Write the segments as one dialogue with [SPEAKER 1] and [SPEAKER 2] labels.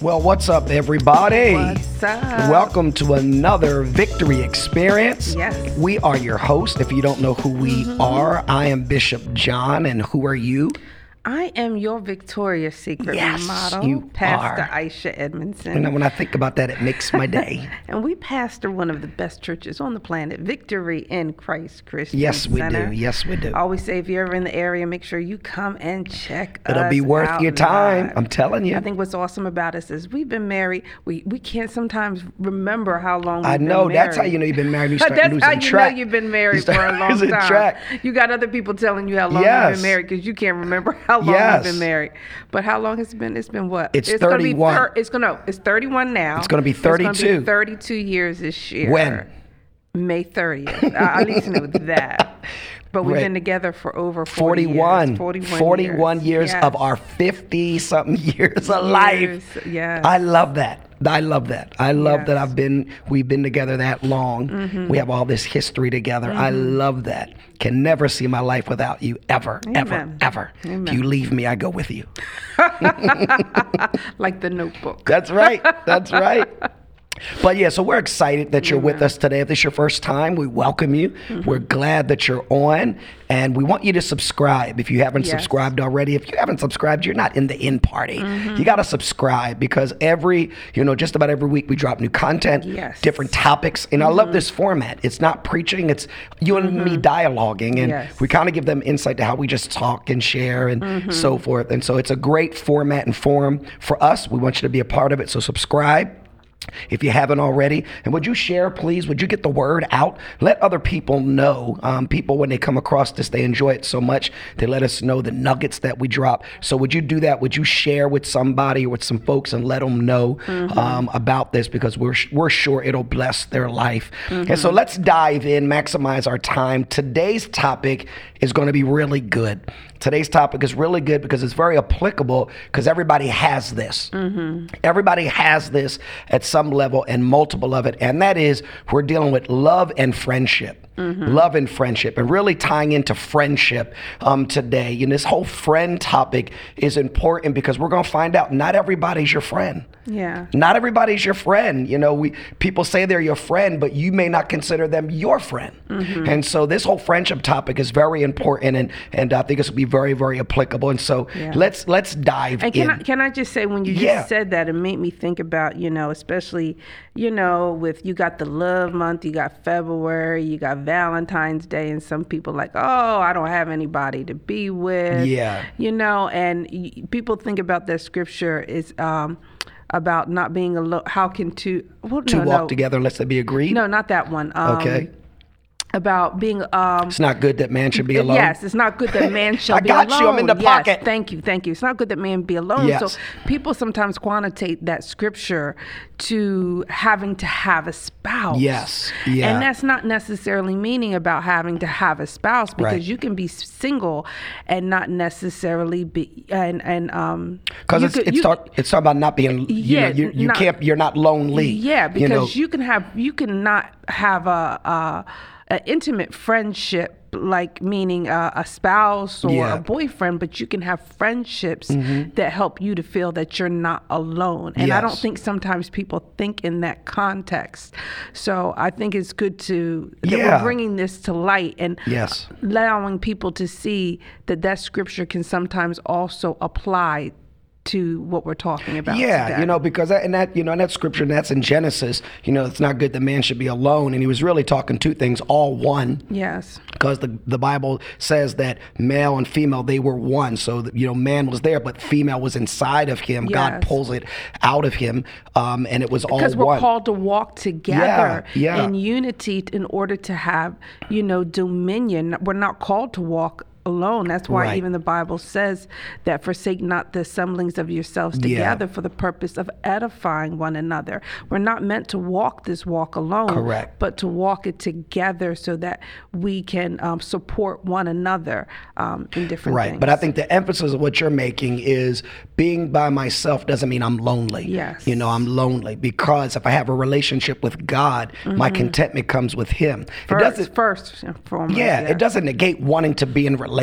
[SPEAKER 1] Well, what's up, everybody?
[SPEAKER 2] What's up?
[SPEAKER 1] Welcome to another Victory Experience.
[SPEAKER 2] Yes. Mm-hmm.
[SPEAKER 1] We are your host. If you don't know who we are, I am Bishop John, and who are you?
[SPEAKER 2] I am your Victoria's Secret
[SPEAKER 1] Yes,
[SPEAKER 2] model,
[SPEAKER 1] you
[SPEAKER 2] Pastor
[SPEAKER 1] are.
[SPEAKER 2] Aisha Edmondson.
[SPEAKER 1] And when I think about that, it makes my day.
[SPEAKER 2] And we pastor one of the best churches on the planet, Victory in Christ Christian
[SPEAKER 1] Yes, we
[SPEAKER 2] Center.
[SPEAKER 1] do. Yes, we do.
[SPEAKER 2] I always say if you're ever in the area, make sure you come and check
[SPEAKER 1] It'll be
[SPEAKER 2] us
[SPEAKER 1] worth
[SPEAKER 2] out
[SPEAKER 1] your time.
[SPEAKER 2] live.
[SPEAKER 1] I'm telling you.
[SPEAKER 2] I think what's awesome about us is we've been married. We we can't sometimes remember how long. We've
[SPEAKER 1] I
[SPEAKER 2] been
[SPEAKER 1] know. That's how
[SPEAKER 2] married.
[SPEAKER 1] you know you've been married. You start
[SPEAKER 2] That's
[SPEAKER 1] losing
[SPEAKER 2] how you
[SPEAKER 1] track.
[SPEAKER 2] know you've been
[SPEAKER 1] You
[SPEAKER 2] married for
[SPEAKER 1] start
[SPEAKER 2] a long
[SPEAKER 1] losing
[SPEAKER 2] time.
[SPEAKER 1] track.
[SPEAKER 2] You got other people telling you how long you've
[SPEAKER 1] Yes.
[SPEAKER 2] been married because you can't remember how long
[SPEAKER 1] Yes.
[SPEAKER 2] you've been married. But how long has it been? It's been what?
[SPEAKER 1] It's
[SPEAKER 2] gonna be
[SPEAKER 1] 31.
[SPEAKER 2] thir- it's gonna. no, It's thirty-one now.
[SPEAKER 1] It's gonna be
[SPEAKER 2] It's gonna
[SPEAKER 1] 32.
[SPEAKER 2] Thirty-two years this year.
[SPEAKER 1] When?
[SPEAKER 2] May thirtieth. I at least knew that. But we've
[SPEAKER 1] Right.
[SPEAKER 2] been together for over 40
[SPEAKER 1] 41,
[SPEAKER 2] years. 41,
[SPEAKER 1] 41 years
[SPEAKER 2] Yes.
[SPEAKER 1] of our 50 something years of life.
[SPEAKER 2] Years, yes.
[SPEAKER 1] I love that. I love that. I love that
[SPEAKER 2] Yes. Mm-hmm.
[SPEAKER 1] I've been we've been together that long. We have all this history together. I love that. Can never see my life without you ever, ever,
[SPEAKER 2] Amen.
[SPEAKER 1] ever. If you leave me, I go with you.
[SPEAKER 2] like the notebook.
[SPEAKER 1] That's right. That's right. But yeah, so we're excited that you're with us today. If this is your first time, we welcome you.
[SPEAKER 2] Mm-hmm.
[SPEAKER 1] We're glad that you're on, and we want you to subscribe if you haven't
[SPEAKER 2] Yes.
[SPEAKER 1] subscribed already. If you haven't subscribed, you're not in the in party.
[SPEAKER 2] Mm-hmm.
[SPEAKER 1] You got to subscribe because every, you know, just about every week we drop new content,
[SPEAKER 2] Yes. Mm-hmm.
[SPEAKER 1] different topics, and I love this format. It's not preaching; it's you and me dialoguing, and
[SPEAKER 2] Yes.
[SPEAKER 1] we kind of give them insight to how we just talk and share and so forth. And so it's a great format and forum for us. We want you to be a part of it. So subscribe if you haven't already. And would you share, please? Would you get the word out? Let other people know. Um, people, when they come across this, they enjoy it so much. They let us know the nuggets that we drop. So would you do that? Would you share with somebody or with some folks and let them know um, about this? Because we're, we're sure it'll bless their life. And so let's dive in, maximize our time. Today's topic is going to be really good. Today's topic is really good because it's very applicable because everybody has this. Everybody has this at some level and multiple of it. And that is, we're dealing with love and friendship. Love and friendship, and really tying into friendship um, today. And this whole friend topic is important because we're going to find out not everybody's your friend.
[SPEAKER 2] Yeah.
[SPEAKER 1] Not everybody's your friend. You know, we people say they're your friend, but you may not consider them your friend.
[SPEAKER 2] Mm-hmm.
[SPEAKER 1] And so this whole friendship topic is very important and and I think this will be very, very applicable. And so
[SPEAKER 2] Yeah.
[SPEAKER 1] let's let's dive
[SPEAKER 2] And
[SPEAKER 1] in.
[SPEAKER 2] can I, can I just say when you
[SPEAKER 1] Yeah.
[SPEAKER 2] just said that, it made me think about you know, especially you know, with you got the love month, you got February, you got Valentine's Day, and some people like, oh, I don't have anybody to be with.
[SPEAKER 1] Yeah.
[SPEAKER 2] you know, and y- people think about that scripture is um, about not being alone. How can two? Well,
[SPEAKER 1] Two
[SPEAKER 2] no,
[SPEAKER 1] walk
[SPEAKER 2] no,
[SPEAKER 1] together unless they be agreed.
[SPEAKER 2] No, not that one. Um,
[SPEAKER 1] Okay.
[SPEAKER 2] About being um,
[SPEAKER 1] It's not good that man should be alone.
[SPEAKER 2] Yes, it's not good that man shall
[SPEAKER 1] I
[SPEAKER 2] be alone.
[SPEAKER 1] got you. I'm in the
[SPEAKER 2] Yes,
[SPEAKER 1] pocket.
[SPEAKER 2] Thank you, thank you. It's not good that man be alone.
[SPEAKER 1] Yes.
[SPEAKER 2] So people sometimes quantitate that scripture to having to have a spouse.
[SPEAKER 1] Yes, yeah.
[SPEAKER 2] And that's not necessarily meaning about having to have a spouse because
[SPEAKER 1] Right.
[SPEAKER 2] you can be single and not necessarily be and and um
[SPEAKER 1] Because
[SPEAKER 2] you
[SPEAKER 1] it's
[SPEAKER 2] could-
[SPEAKER 1] it's,
[SPEAKER 2] you-
[SPEAKER 1] talk, it's talking about not being. You
[SPEAKER 2] Yeah,
[SPEAKER 1] know, you, you
[SPEAKER 2] not-
[SPEAKER 1] can't. You're not lonely.
[SPEAKER 2] Yeah, because you,
[SPEAKER 1] know,
[SPEAKER 2] can have you can not have a, a, a intimate friendship like meaning a, a spouse or
[SPEAKER 1] Yeah. Mm-hmm.
[SPEAKER 2] a boyfriend, but you can have friendships that help you to feel that you're not alone. And I don't
[SPEAKER 1] Yes.
[SPEAKER 2] think sometimes people think in that context. So I think it's good to that
[SPEAKER 1] Yeah.
[SPEAKER 2] we're bringing this to light and
[SPEAKER 1] Yes.
[SPEAKER 2] allowing people to see that that scripture can sometimes also apply to what we're talking about.
[SPEAKER 1] Yeah,
[SPEAKER 2] today.
[SPEAKER 1] you know, because that, and that, you know, and that scripture, and that's in Genesis. You know, it's not good that man should be alone, and he was really talking two things, all one.
[SPEAKER 2] Yes.
[SPEAKER 1] because the, the Bible says that male and female they were one. So you know, man was there, but female was inside of him. God
[SPEAKER 2] Yes.
[SPEAKER 1] pulls it out of him, um, and it was all
[SPEAKER 2] because we're
[SPEAKER 1] one.
[SPEAKER 2] called to walk together
[SPEAKER 1] Yeah, yeah.
[SPEAKER 2] in unity in order to have you know dominion we're not called to walk alone that's why
[SPEAKER 1] Right.
[SPEAKER 2] even the bible says that forsake not the assemblings of yourselves
[SPEAKER 1] Yeah.
[SPEAKER 2] together for the purpose of edifying one another we're not meant to walk this walk alone
[SPEAKER 1] Correct.
[SPEAKER 2] but to walk it together so that we can um, support one another um, in different
[SPEAKER 1] Right,
[SPEAKER 2] things
[SPEAKER 1] but I think the emphasis of what you're making is being by myself doesn't mean I'm lonely.
[SPEAKER 2] Yes.
[SPEAKER 1] you know I'm lonely because if I have a relationship with God, my contentment comes with Him. it doesn't
[SPEAKER 2] Mm-hmm. first, first and foremost
[SPEAKER 1] Yeah,
[SPEAKER 2] yes.
[SPEAKER 1] it doesn't negate wanting to be in relationship,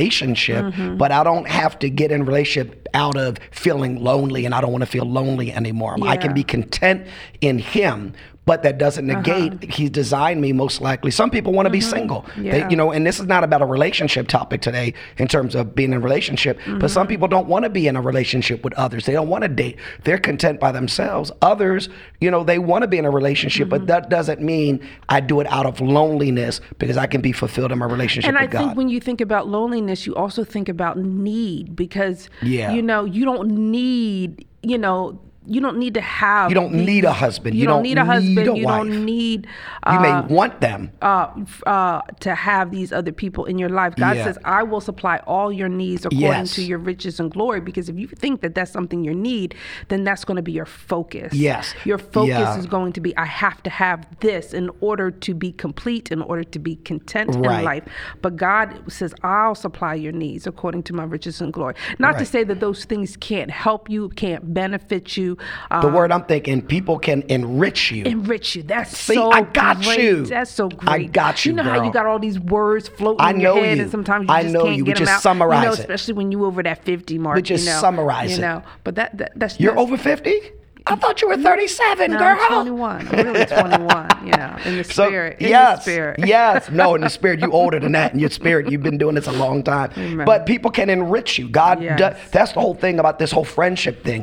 [SPEAKER 1] but I don't have to get in relationship out of feeling lonely and I don't want to feel lonely anymore. I can
[SPEAKER 2] Yeah.
[SPEAKER 1] be content in Him. But that doesn't
[SPEAKER 2] Uh-huh.
[SPEAKER 1] negate he designed me most likely. Some people want to be single. They,
[SPEAKER 2] Mm-hmm. Yeah.
[SPEAKER 1] you know, and this is not about a relationship topic today in terms of being in a relationship, but
[SPEAKER 2] Mm-hmm.
[SPEAKER 1] some people don't want to be in a relationship with others. They don't want to date. They're content by themselves. Others, you know, they want to be in a relationship,
[SPEAKER 2] Mm-hmm.
[SPEAKER 1] but that doesn't mean I do it out of loneliness because I can be fulfilled in my relationship
[SPEAKER 2] and
[SPEAKER 1] with
[SPEAKER 2] I
[SPEAKER 1] God.
[SPEAKER 2] think when you think about loneliness, you also think about need because
[SPEAKER 1] Yeah.
[SPEAKER 2] you know you don't need you know you don't need to have
[SPEAKER 1] You don't
[SPEAKER 2] the-
[SPEAKER 1] need a husband.
[SPEAKER 2] You,
[SPEAKER 1] You
[SPEAKER 2] don't,
[SPEAKER 1] don't
[SPEAKER 2] need a husband.
[SPEAKER 1] need a
[SPEAKER 2] you
[SPEAKER 1] wife.
[SPEAKER 2] don't need
[SPEAKER 1] you may
[SPEAKER 2] uh,
[SPEAKER 1] want them.
[SPEAKER 2] uh, f- uh, to have these other people in your life. God
[SPEAKER 1] Yeah.
[SPEAKER 2] says, I will supply all your needs according
[SPEAKER 1] Yes.
[SPEAKER 2] to your riches and glory. Because if you think that that's something you need, then that's going to be your focus.
[SPEAKER 1] Yes.
[SPEAKER 2] Your focus
[SPEAKER 1] Yeah.
[SPEAKER 2] is going to be, I have to have this in order to be complete, in order to be content
[SPEAKER 1] Right.
[SPEAKER 2] in life. But God says, I'll supply your needs according to my riches and glory. Not to
[SPEAKER 1] Right.
[SPEAKER 2] say that those things can't help you, can't benefit you. Uh,
[SPEAKER 1] The word I'm thinking, people can enrich you.
[SPEAKER 2] enrich you. That's
[SPEAKER 1] See,
[SPEAKER 2] so
[SPEAKER 1] I got
[SPEAKER 2] great.
[SPEAKER 1] you.
[SPEAKER 2] That's so
[SPEAKER 1] I
[SPEAKER 2] great.
[SPEAKER 1] got you,
[SPEAKER 2] You know how
[SPEAKER 1] girl.
[SPEAKER 2] you got all these words floating
[SPEAKER 1] I
[SPEAKER 2] in your
[SPEAKER 1] know
[SPEAKER 2] head,
[SPEAKER 1] you.
[SPEAKER 2] and sometimes you
[SPEAKER 1] I
[SPEAKER 2] just
[SPEAKER 1] know
[SPEAKER 2] can't
[SPEAKER 1] you. We
[SPEAKER 2] get them
[SPEAKER 1] just
[SPEAKER 2] out.
[SPEAKER 1] summarize
[SPEAKER 2] you know,
[SPEAKER 1] it.
[SPEAKER 2] especially when you over that fifty mark.
[SPEAKER 1] just
[SPEAKER 2] you know,
[SPEAKER 1] summarize
[SPEAKER 2] you
[SPEAKER 1] it.
[SPEAKER 2] know. But that, that that's
[SPEAKER 1] You're
[SPEAKER 2] that's-
[SPEAKER 1] over 50? I thought you were 37,
[SPEAKER 2] No,
[SPEAKER 1] girl.
[SPEAKER 2] I'm 21. I'm really 21. You know, in the
[SPEAKER 1] So,
[SPEAKER 2] spirit. in
[SPEAKER 1] yes,
[SPEAKER 2] the spirit.
[SPEAKER 1] yes. No, in the spirit, you older than that. In your spirit, you've been doing this a long time.
[SPEAKER 2] Amen.
[SPEAKER 1] But people can enrich you. God,
[SPEAKER 2] Yes.
[SPEAKER 1] does, that's the whole thing about this whole friendship thing.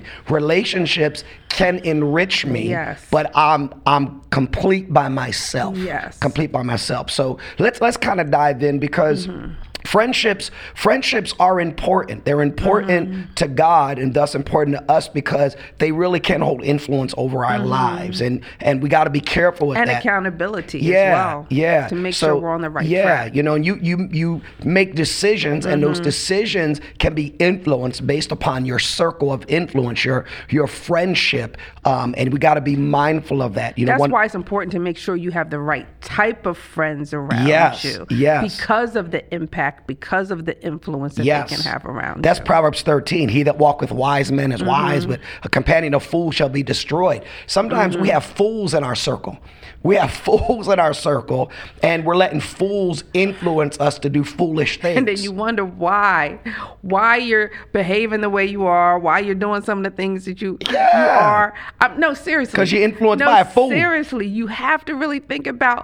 [SPEAKER 1] Relationships can enrich me,
[SPEAKER 2] Yes.
[SPEAKER 1] but I'm I'm complete by myself.
[SPEAKER 2] Yes.
[SPEAKER 1] complete by myself. So let's let's kind of dive in because.
[SPEAKER 2] Mm-hmm.
[SPEAKER 1] Friendships, friendships are important. They're important
[SPEAKER 2] Mm-hmm.
[SPEAKER 1] to God and thus important to us because they really can hold influence over our lives, and and we got to be careful with
[SPEAKER 2] Mm-hmm. And
[SPEAKER 1] that.
[SPEAKER 2] accountability
[SPEAKER 1] Yeah,
[SPEAKER 2] as well.
[SPEAKER 1] yeah.
[SPEAKER 2] To make
[SPEAKER 1] So,
[SPEAKER 2] sure we're on the right
[SPEAKER 1] yeah,
[SPEAKER 2] track. Mm-hmm.
[SPEAKER 1] you know, and you you you make decisions, and those decisions can be influenced based upon your circle of influence, your your friendship, um, and we got to be mindful of that. You know,
[SPEAKER 2] That's
[SPEAKER 1] one-
[SPEAKER 2] why it's important to make sure you have the right type of friends around
[SPEAKER 1] Yes,
[SPEAKER 2] you.
[SPEAKER 1] yes.
[SPEAKER 2] Because of the impact, because of the influence that
[SPEAKER 1] Yes.
[SPEAKER 2] they can have around
[SPEAKER 1] That's
[SPEAKER 2] you. Mm-hmm.
[SPEAKER 1] Proverbs 13. He that walketh wise men is wise, but a companion of fools shall be destroyed. Sometimes
[SPEAKER 2] Mm-hmm.
[SPEAKER 1] we have fools in our circle. We have fools in our circle, and we're letting fools influence us to do foolish things.
[SPEAKER 2] and then you wonder why, why you're behaving the way you are, why you're doing some of the things that you, you
[SPEAKER 1] Yeah.
[SPEAKER 2] are. I'm, no, seriously.
[SPEAKER 1] 'Cause you're influenced
[SPEAKER 2] No,
[SPEAKER 1] by a fool.
[SPEAKER 2] Seriously, you have to really think about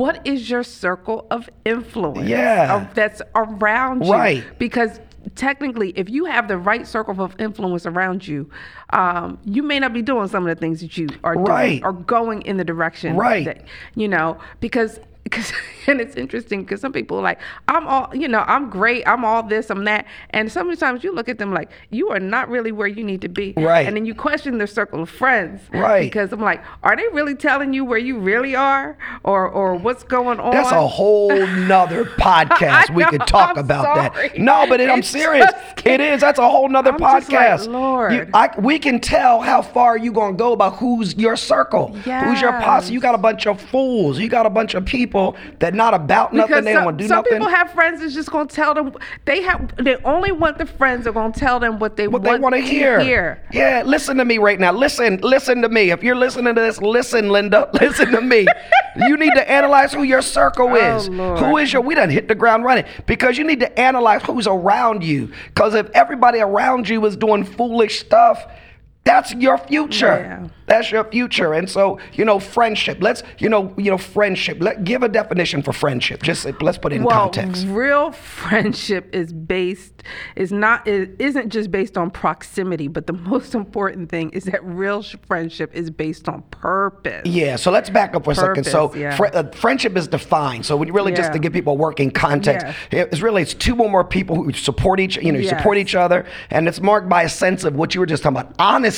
[SPEAKER 2] what is your circle of influence
[SPEAKER 1] Yeah.
[SPEAKER 2] of- that's around you.
[SPEAKER 1] Right.
[SPEAKER 2] Because technically, if you have the right circle of influence around you, um, you may not be doing some of the things that you are
[SPEAKER 1] Right.
[SPEAKER 2] doing or going in the direction
[SPEAKER 1] Right.
[SPEAKER 2] that you know because because and it's interesting because some people are like i'm all you know i'm great i'm all this i'm that and sometimes you look at them like you are not really where you need to be
[SPEAKER 1] Right.
[SPEAKER 2] and then you question their circle of friends
[SPEAKER 1] Right.
[SPEAKER 2] because i'm like are they really telling you where you really are or or what's going on
[SPEAKER 1] That's a whole nother podcast
[SPEAKER 2] I
[SPEAKER 1] we could
[SPEAKER 2] know,
[SPEAKER 1] talk
[SPEAKER 2] I'm
[SPEAKER 1] about
[SPEAKER 2] sorry.
[SPEAKER 1] that. No, but it, I'm
[SPEAKER 2] It's
[SPEAKER 1] serious.
[SPEAKER 2] just-
[SPEAKER 1] It is. That's a whole nother
[SPEAKER 2] I'm just like,
[SPEAKER 1] podcast.
[SPEAKER 2] Lord.
[SPEAKER 1] You- I- we can tell how far you gonna go by who's your circle, who's your posse.
[SPEAKER 2] Yes.
[SPEAKER 1] You got a bunch of fools. You got a bunch of people that not about nothing.
[SPEAKER 2] because
[SPEAKER 1] they
[SPEAKER 2] some,
[SPEAKER 1] don't want to do
[SPEAKER 2] some
[SPEAKER 1] nothing.
[SPEAKER 2] people have friends that's just gonna tell them they have they only want the friends that are gonna tell them what they
[SPEAKER 1] what they
[SPEAKER 2] want
[SPEAKER 1] want to hear.
[SPEAKER 2] hear.
[SPEAKER 1] Yeah, listen to me right now. Listen, listen to me. If you're listening to this, listen, Linda. Listen to me. you need to analyze who your circle
[SPEAKER 2] Oh,
[SPEAKER 1] is.
[SPEAKER 2] Lord.
[SPEAKER 1] Who is your? We done hit the ground running because you need to analyze who's around you. Because if everybody around you is doing foolish stuff. That's your future.
[SPEAKER 2] Yeah.
[SPEAKER 1] That's your future. And so, you know, friendship. Let's, you know, you know, friendship. Let give a definition for friendship. Just let's put it in
[SPEAKER 2] well,
[SPEAKER 1] context.
[SPEAKER 2] real friendship is based is not is, isn't just based on proximity, but the most important thing is that real sh- friendship is based on purpose.
[SPEAKER 1] Yeah, so let's back up for a second. So,
[SPEAKER 2] Purpose, yeah.
[SPEAKER 1] fri- uh, friendship is defined. So, when really just
[SPEAKER 2] Yeah.
[SPEAKER 1] to give people a working context,
[SPEAKER 2] Yeah.
[SPEAKER 1] it's really it's two or more people who support each, you know, you support
[SPEAKER 2] Yes.
[SPEAKER 1] each other, and it's marked by a sense of what you were just talking about, honesty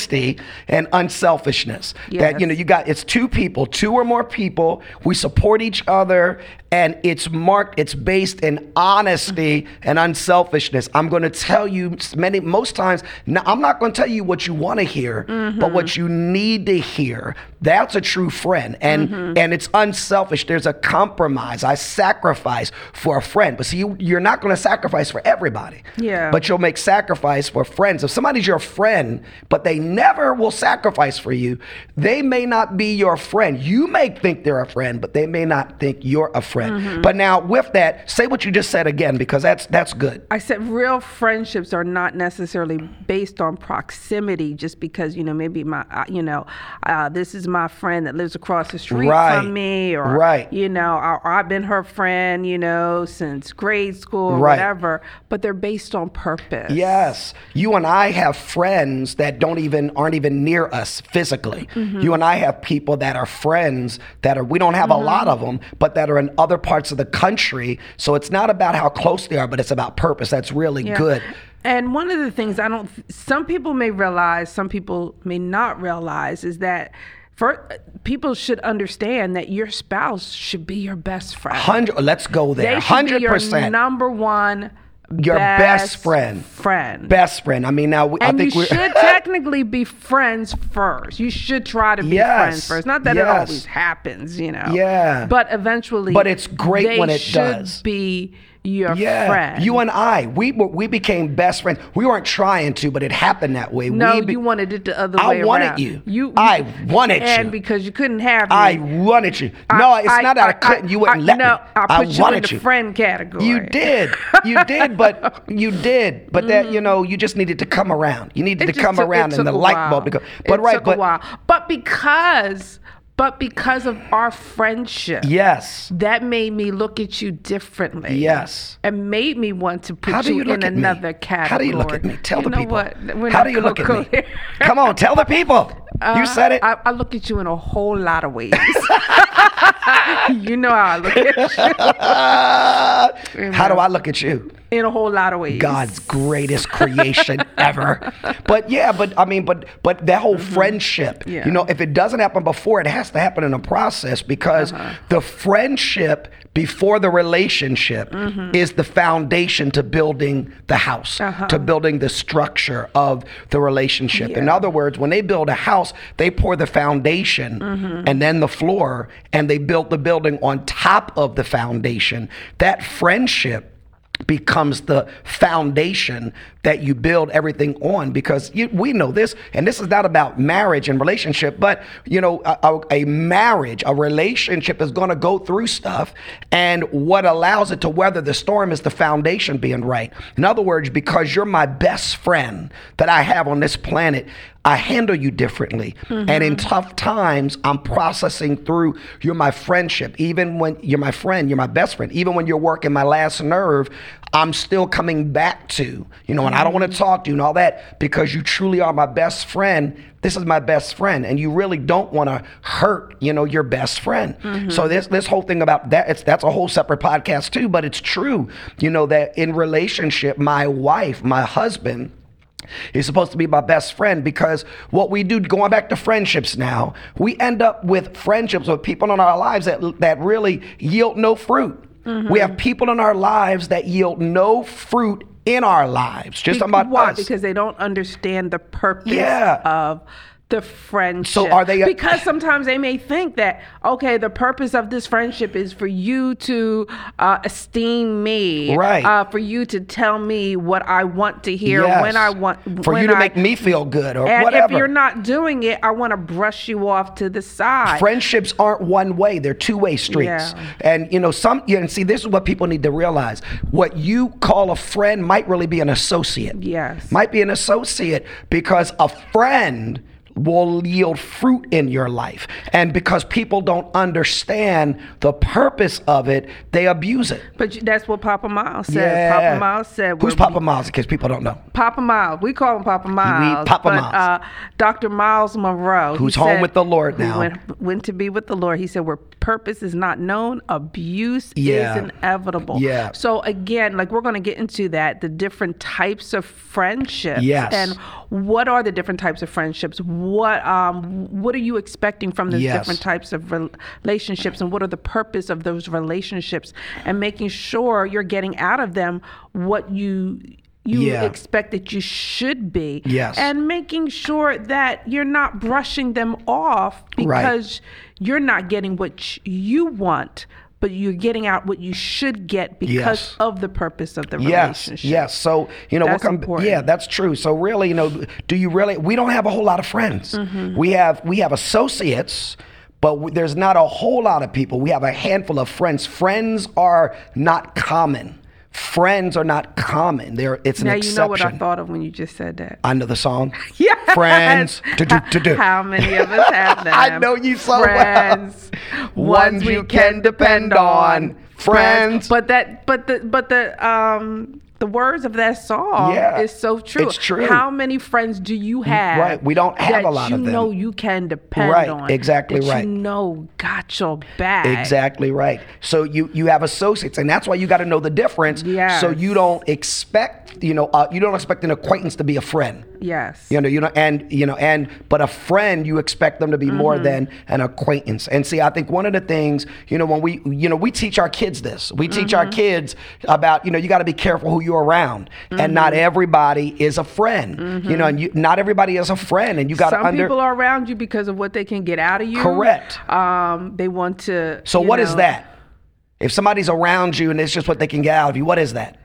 [SPEAKER 1] and unselfishness. That you know,
[SPEAKER 2] Yes.
[SPEAKER 1] you got it's two people, two or more people. We support each other, and it's marked. It's based in honesty and unselfishness. I'm going to tell you s- many most times. Now, I'm not going to tell you what you want to hear, but what you need to hear. That's a true friend, and and it's unselfish. There's a compromise. I sacrifice for a friend, but see, you, you're not going to sacrifice for everybody.
[SPEAKER 2] Yeah.
[SPEAKER 1] but you'll make sacrifice for friends. If somebody's your friend, but they never will sacrifice for you, they may not be your friend. You may think they're a friend, but they may not think you're a friend.
[SPEAKER 2] Mm-hmm.
[SPEAKER 1] But now with that, say what you just said again because that's that's good.
[SPEAKER 2] I said real friendships are not necessarily based on proximity, just because you know maybe my uh, you know uh, this is my friend that lives across the street
[SPEAKER 1] Right.
[SPEAKER 2] from me, or
[SPEAKER 1] Right.
[SPEAKER 2] you know or, or I've been her friend you know since grade school, or
[SPEAKER 1] Right.
[SPEAKER 2] whatever. But they're based on purpose.
[SPEAKER 1] Yes. You and I have friends that don't even aren't even near us physically.
[SPEAKER 2] Mm-hmm.
[SPEAKER 1] You and I have people that are friends that are we don't have
[SPEAKER 2] Mm-hmm.
[SPEAKER 1] a lot of them, but that are in other parts of the country. So it's not about how close they are, but it's about purpose. That's really
[SPEAKER 2] Yeah.
[SPEAKER 1] good.
[SPEAKER 2] And one of the things I don't, some people may realize, some people may not realize, is that for people should understand that your spouse should be your best friend.
[SPEAKER 1] Hundred let's go
[SPEAKER 2] They
[SPEAKER 1] there.
[SPEAKER 2] should be
[SPEAKER 1] Hundred
[SPEAKER 2] your
[SPEAKER 1] percent.
[SPEAKER 2] number one,
[SPEAKER 1] Your best friend.
[SPEAKER 2] friend.
[SPEAKER 1] Best friend. I mean now we, I
[SPEAKER 2] and you
[SPEAKER 1] think we're
[SPEAKER 2] should technically be friends first. You should try to be friends
[SPEAKER 1] Yes.
[SPEAKER 2] first. Not that it
[SPEAKER 1] Yes.
[SPEAKER 2] always happens, you know.
[SPEAKER 1] Yeah.
[SPEAKER 2] But eventually.
[SPEAKER 1] But it's great
[SPEAKER 2] they
[SPEAKER 1] when it
[SPEAKER 2] should
[SPEAKER 1] does.
[SPEAKER 2] Be your
[SPEAKER 1] yeah,
[SPEAKER 2] friend.
[SPEAKER 1] you and I, we were, we became best friends. We weren't trying to, but it happened that way.
[SPEAKER 2] No,
[SPEAKER 1] we be-
[SPEAKER 2] you wanted it the other way
[SPEAKER 1] I wanted
[SPEAKER 2] around.
[SPEAKER 1] you.
[SPEAKER 2] You,
[SPEAKER 1] I wanted
[SPEAKER 2] and
[SPEAKER 1] you.
[SPEAKER 2] because you couldn't have me.
[SPEAKER 1] I wanted you. No, it's not that I, couldn't. you wouldn't
[SPEAKER 2] I-
[SPEAKER 1] let
[SPEAKER 2] no,
[SPEAKER 1] me.
[SPEAKER 2] I put you in
[SPEAKER 1] wanted
[SPEAKER 2] the friend category.
[SPEAKER 1] You did. You did, but you did. But that, you know, you just needed to come around. You needed
[SPEAKER 2] Mm-hmm. It
[SPEAKER 1] to
[SPEAKER 2] just
[SPEAKER 1] come
[SPEAKER 2] took- it
[SPEAKER 1] around
[SPEAKER 2] took
[SPEAKER 1] and the
[SPEAKER 2] a
[SPEAKER 1] light
[SPEAKER 2] while.
[SPEAKER 1] bulb. Because, but
[SPEAKER 2] it
[SPEAKER 1] right,
[SPEAKER 2] took
[SPEAKER 1] but
[SPEAKER 2] a while. But because, but because of our friendship,
[SPEAKER 1] yes.
[SPEAKER 2] that made me look at you differently.
[SPEAKER 1] Yes.
[SPEAKER 2] and made me want to put
[SPEAKER 1] How do you look
[SPEAKER 2] in
[SPEAKER 1] at
[SPEAKER 2] another
[SPEAKER 1] me?
[SPEAKER 2] category.
[SPEAKER 1] How do you look at me? Tell the
[SPEAKER 2] You know
[SPEAKER 1] people.
[SPEAKER 2] What? We're
[SPEAKER 1] How
[SPEAKER 2] not
[SPEAKER 1] do you look at me?
[SPEAKER 2] Coco here. Uh,
[SPEAKER 1] Come on, tell the people. you said it.
[SPEAKER 2] I, I look at you in a whole lot of ways. you know how I look at
[SPEAKER 1] How do I look at you?
[SPEAKER 2] you in a whole lot of ways.
[SPEAKER 1] God's greatest creation ever. But yeah, but I mean, but but that whole friendship,
[SPEAKER 2] Mm-hmm. Yeah.
[SPEAKER 1] you know, if it doesn't happen before, it has to happen in a process because
[SPEAKER 2] Uh-huh.
[SPEAKER 1] the friendship before the relationship
[SPEAKER 2] Mm-hmm.
[SPEAKER 1] is the foundation to building the house,
[SPEAKER 2] Uh-huh.
[SPEAKER 1] to building the structure of the relationship. In
[SPEAKER 2] Yeah.
[SPEAKER 1] other words, when they build a house, they pour the foundation and then the floor, and they build the building on top of the foundation. That friendship becomes the foundation that you build everything on because you, we know this and this is not about marriage and relationship but you know a, a- a marriage a relationship is going to go through stuff and what allows it to weather the storm is the foundation being right in other words because you're my best friend that i have on this planet I handle you differently. And in tough times, I'm processing through you're my friendship. Even when you're my friend, you're my best friend. Even when you're working my last nerve, I'm still coming back to, you know, and I don't want to talk to you and all that because you truly are my best friend. This is my best friend. And you really don't want to hurt, you know, your best friend.
[SPEAKER 2] Mm-hmm.
[SPEAKER 1] So this this whole thing about that, it's that's a whole separate podcast too, but it's true, you know, that in relationship, my wife, my husband, He's supposed to be my best friend because what we do, going back to friendships now, we end up with friendships with people in our lives that, that really yield no fruit.
[SPEAKER 2] Mm-hmm.
[SPEAKER 1] We have people in our lives that yield no fruit in our lives. Just
[SPEAKER 2] Be-
[SPEAKER 1] about
[SPEAKER 2] why?
[SPEAKER 1] us.
[SPEAKER 2] Because they don't understand the purpose
[SPEAKER 1] Yeah.
[SPEAKER 2] of the friendship.
[SPEAKER 1] So are they-
[SPEAKER 2] because sometimes they may think that okay, the purpose of this friendship is for you to uh, esteem me,
[SPEAKER 1] Right.
[SPEAKER 2] Uh, for you to tell me what I want to hear
[SPEAKER 1] Yes.
[SPEAKER 2] when I want
[SPEAKER 1] for
[SPEAKER 2] when
[SPEAKER 1] you to
[SPEAKER 2] I-
[SPEAKER 1] make me feel good or
[SPEAKER 2] And
[SPEAKER 1] whatever.
[SPEAKER 2] if you're not doing it, I want to brush you off to the side.
[SPEAKER 1] friendships aren't one way they're two-way streets
[SPEAKER 2] Yeah.
[SPEAKER 1] and you know some yeah, and see this is what people need to realize what you call a friend might really be an associate
[SPEAKER 2] Yes.
[SPEAKER 1] might be an associate because a friend will yield fruit in your life and because people don't understand the purpose of it they abuse it
[SPEAKER 2] but you- that's what Papa Miles said.
[SPEAKER 1] Yeah.
[SPEAKER 2] Papa Miles said,
[SPEAKER 1] who's
[SPEAKER 2] we're-
[SPEAKER 1] Papa Miles in case people don't know
[SPEAKER 2] Papa Miles. We call him Papa Miles.
[SPEAKER 1] Papa
[SPEAKER 2] but,
[SPEAKER 1] Miles.
[SPEAKER 2] Uh, Dr. Miles Monroe. he
[SPEAKER 1] Who's home with the Lord
[SPEAKER 2] who
[SPEAKER 1] now.
[SPEAKER 2] Went, went to be with the Lord. He said, where purpose is not known, abuse
[SPEAKER 1] Yeah.
[SPEAKER 2] is inevitable.
[SPEAKER 1] Yeah.
[SPEAKER 2] So, again, like we're going to get into that the different types of friendships.
[SPEAKER 1] Yes.
[SPEAKER 2] And what are the different types of friendships? What um What are you expecting from those
[SPEAKER 1] Yes.
[SPEAKER 2] different types of rel- relationships? And what are the purpose of those relationships? And making sure you're getting out of them what you. You
[SPEAKER 1] Yeah.
[SPEAKER 2] expect that you should be.
[SPEAKER 1] Yes.
[SPEAKER 2] And making sure that you're not brushing them off
[SPEAKER 1] Right.
[SPEAKER 2] because you're not getting what sh- you want, but you're getting out what you should get because
[SPEAKER 1] Yes.
[SPEAKER 2] of the purpose of the
[SPEAKER 1] Yes,
[SPEAKER 2] relationship.
[SPEAKER 1] yes. So you know, we'll
[SPEAKER 2] That's
[SPEAKER 1] come.
[SPEAKER 2] important.
[SPEAKER 1] Yeah, that's true. So really, you know, do you really? We don't have a whole lot of friends.
[SPEAKER 2] Mm-hmm.
[SPEAKER 1] We have we have associates, but w- there's not a whole lot of people. We have a handful of friends. Friends are not common. Friends are not common. They're it's an
[SPEAKER 2] Now
[SPEAKER 1] exception.
[SPEAKER 2] you know what I thought of when you just said that.
[SPEAKER 1] I know the song.
[SPEAKER 2] Yes.
[SPEAKER 1] Friends. To do, to do.
[SPEAKER 2] How many of us have that?
[SPEAKER 1] I know you so well.
[SPEAKER 2] Friends,
[SPEAKER 1] Ones you can depend on. Friends.
[SPEAKER 2] But that, but the, but the, um, the words of that song
[SPEAKER 1] Yeah.
[SPEAKER 2] is so true.
[SPEAKER 1] It's true. Mm,
[SPEAKER 2] How many friends do you have?
[SPEAKER 1] right. We don't have
[SPEAKER 2] that
[SPEAKER 1] a lot
[SPEAKER 2] you
[SPEAKER 1] of them.
[SPEAKER 2] know you can depend
[SPEAKER 1] Right.
[SPEAKER 2] on.
[SPEAKER 1] Exactly
[SPEAKER 2] that
[SPEAKER 1] right.
[SPEAKER 2] You know, got your back.
[SPEAKER 1] Exactly right. So you you have associates, and that's why you got to know the difference.
[SPEAKER 2] Yes.
[SPEAKER 1] So you don't expect you know uh, you don't expect an acquaintance to be a friend.
[SPEAKER 2] Yes.
[SPEAKER 1] You know you know and you know and but a friend you expect them to be more
[SPEAKER 2] Mm-hmm.
[SPEAKER 1] than an acquaintance. And see, I think one of the things you know when we you know we teach our kids this, we teach
[SPEAKER 2] Mm-hmm.
[SPEAKER 1] our kids about you know you got to be careful who you're around, and not
[SPEAKER 2] Mm-hmm.
[SPEAKER 1] everybody is a friend. You know, and you, not everybody is a friend, and you got to
[SPEAKER 2] Some
[SPEAKER 1] under.
[SPEAKER 2] people are around you because of what they can get out of you.
[SPEAKER 1] Correct.
[SPEAKER 2] Um, they want to.
[SPEAKER 1] So
[SPEAKER 2] you
[SPEAKER 1] what is
[SPEAKER 2] know-
[SPEAKER 1] that? If somebody's around you and it's just what they can get out of you, what is that?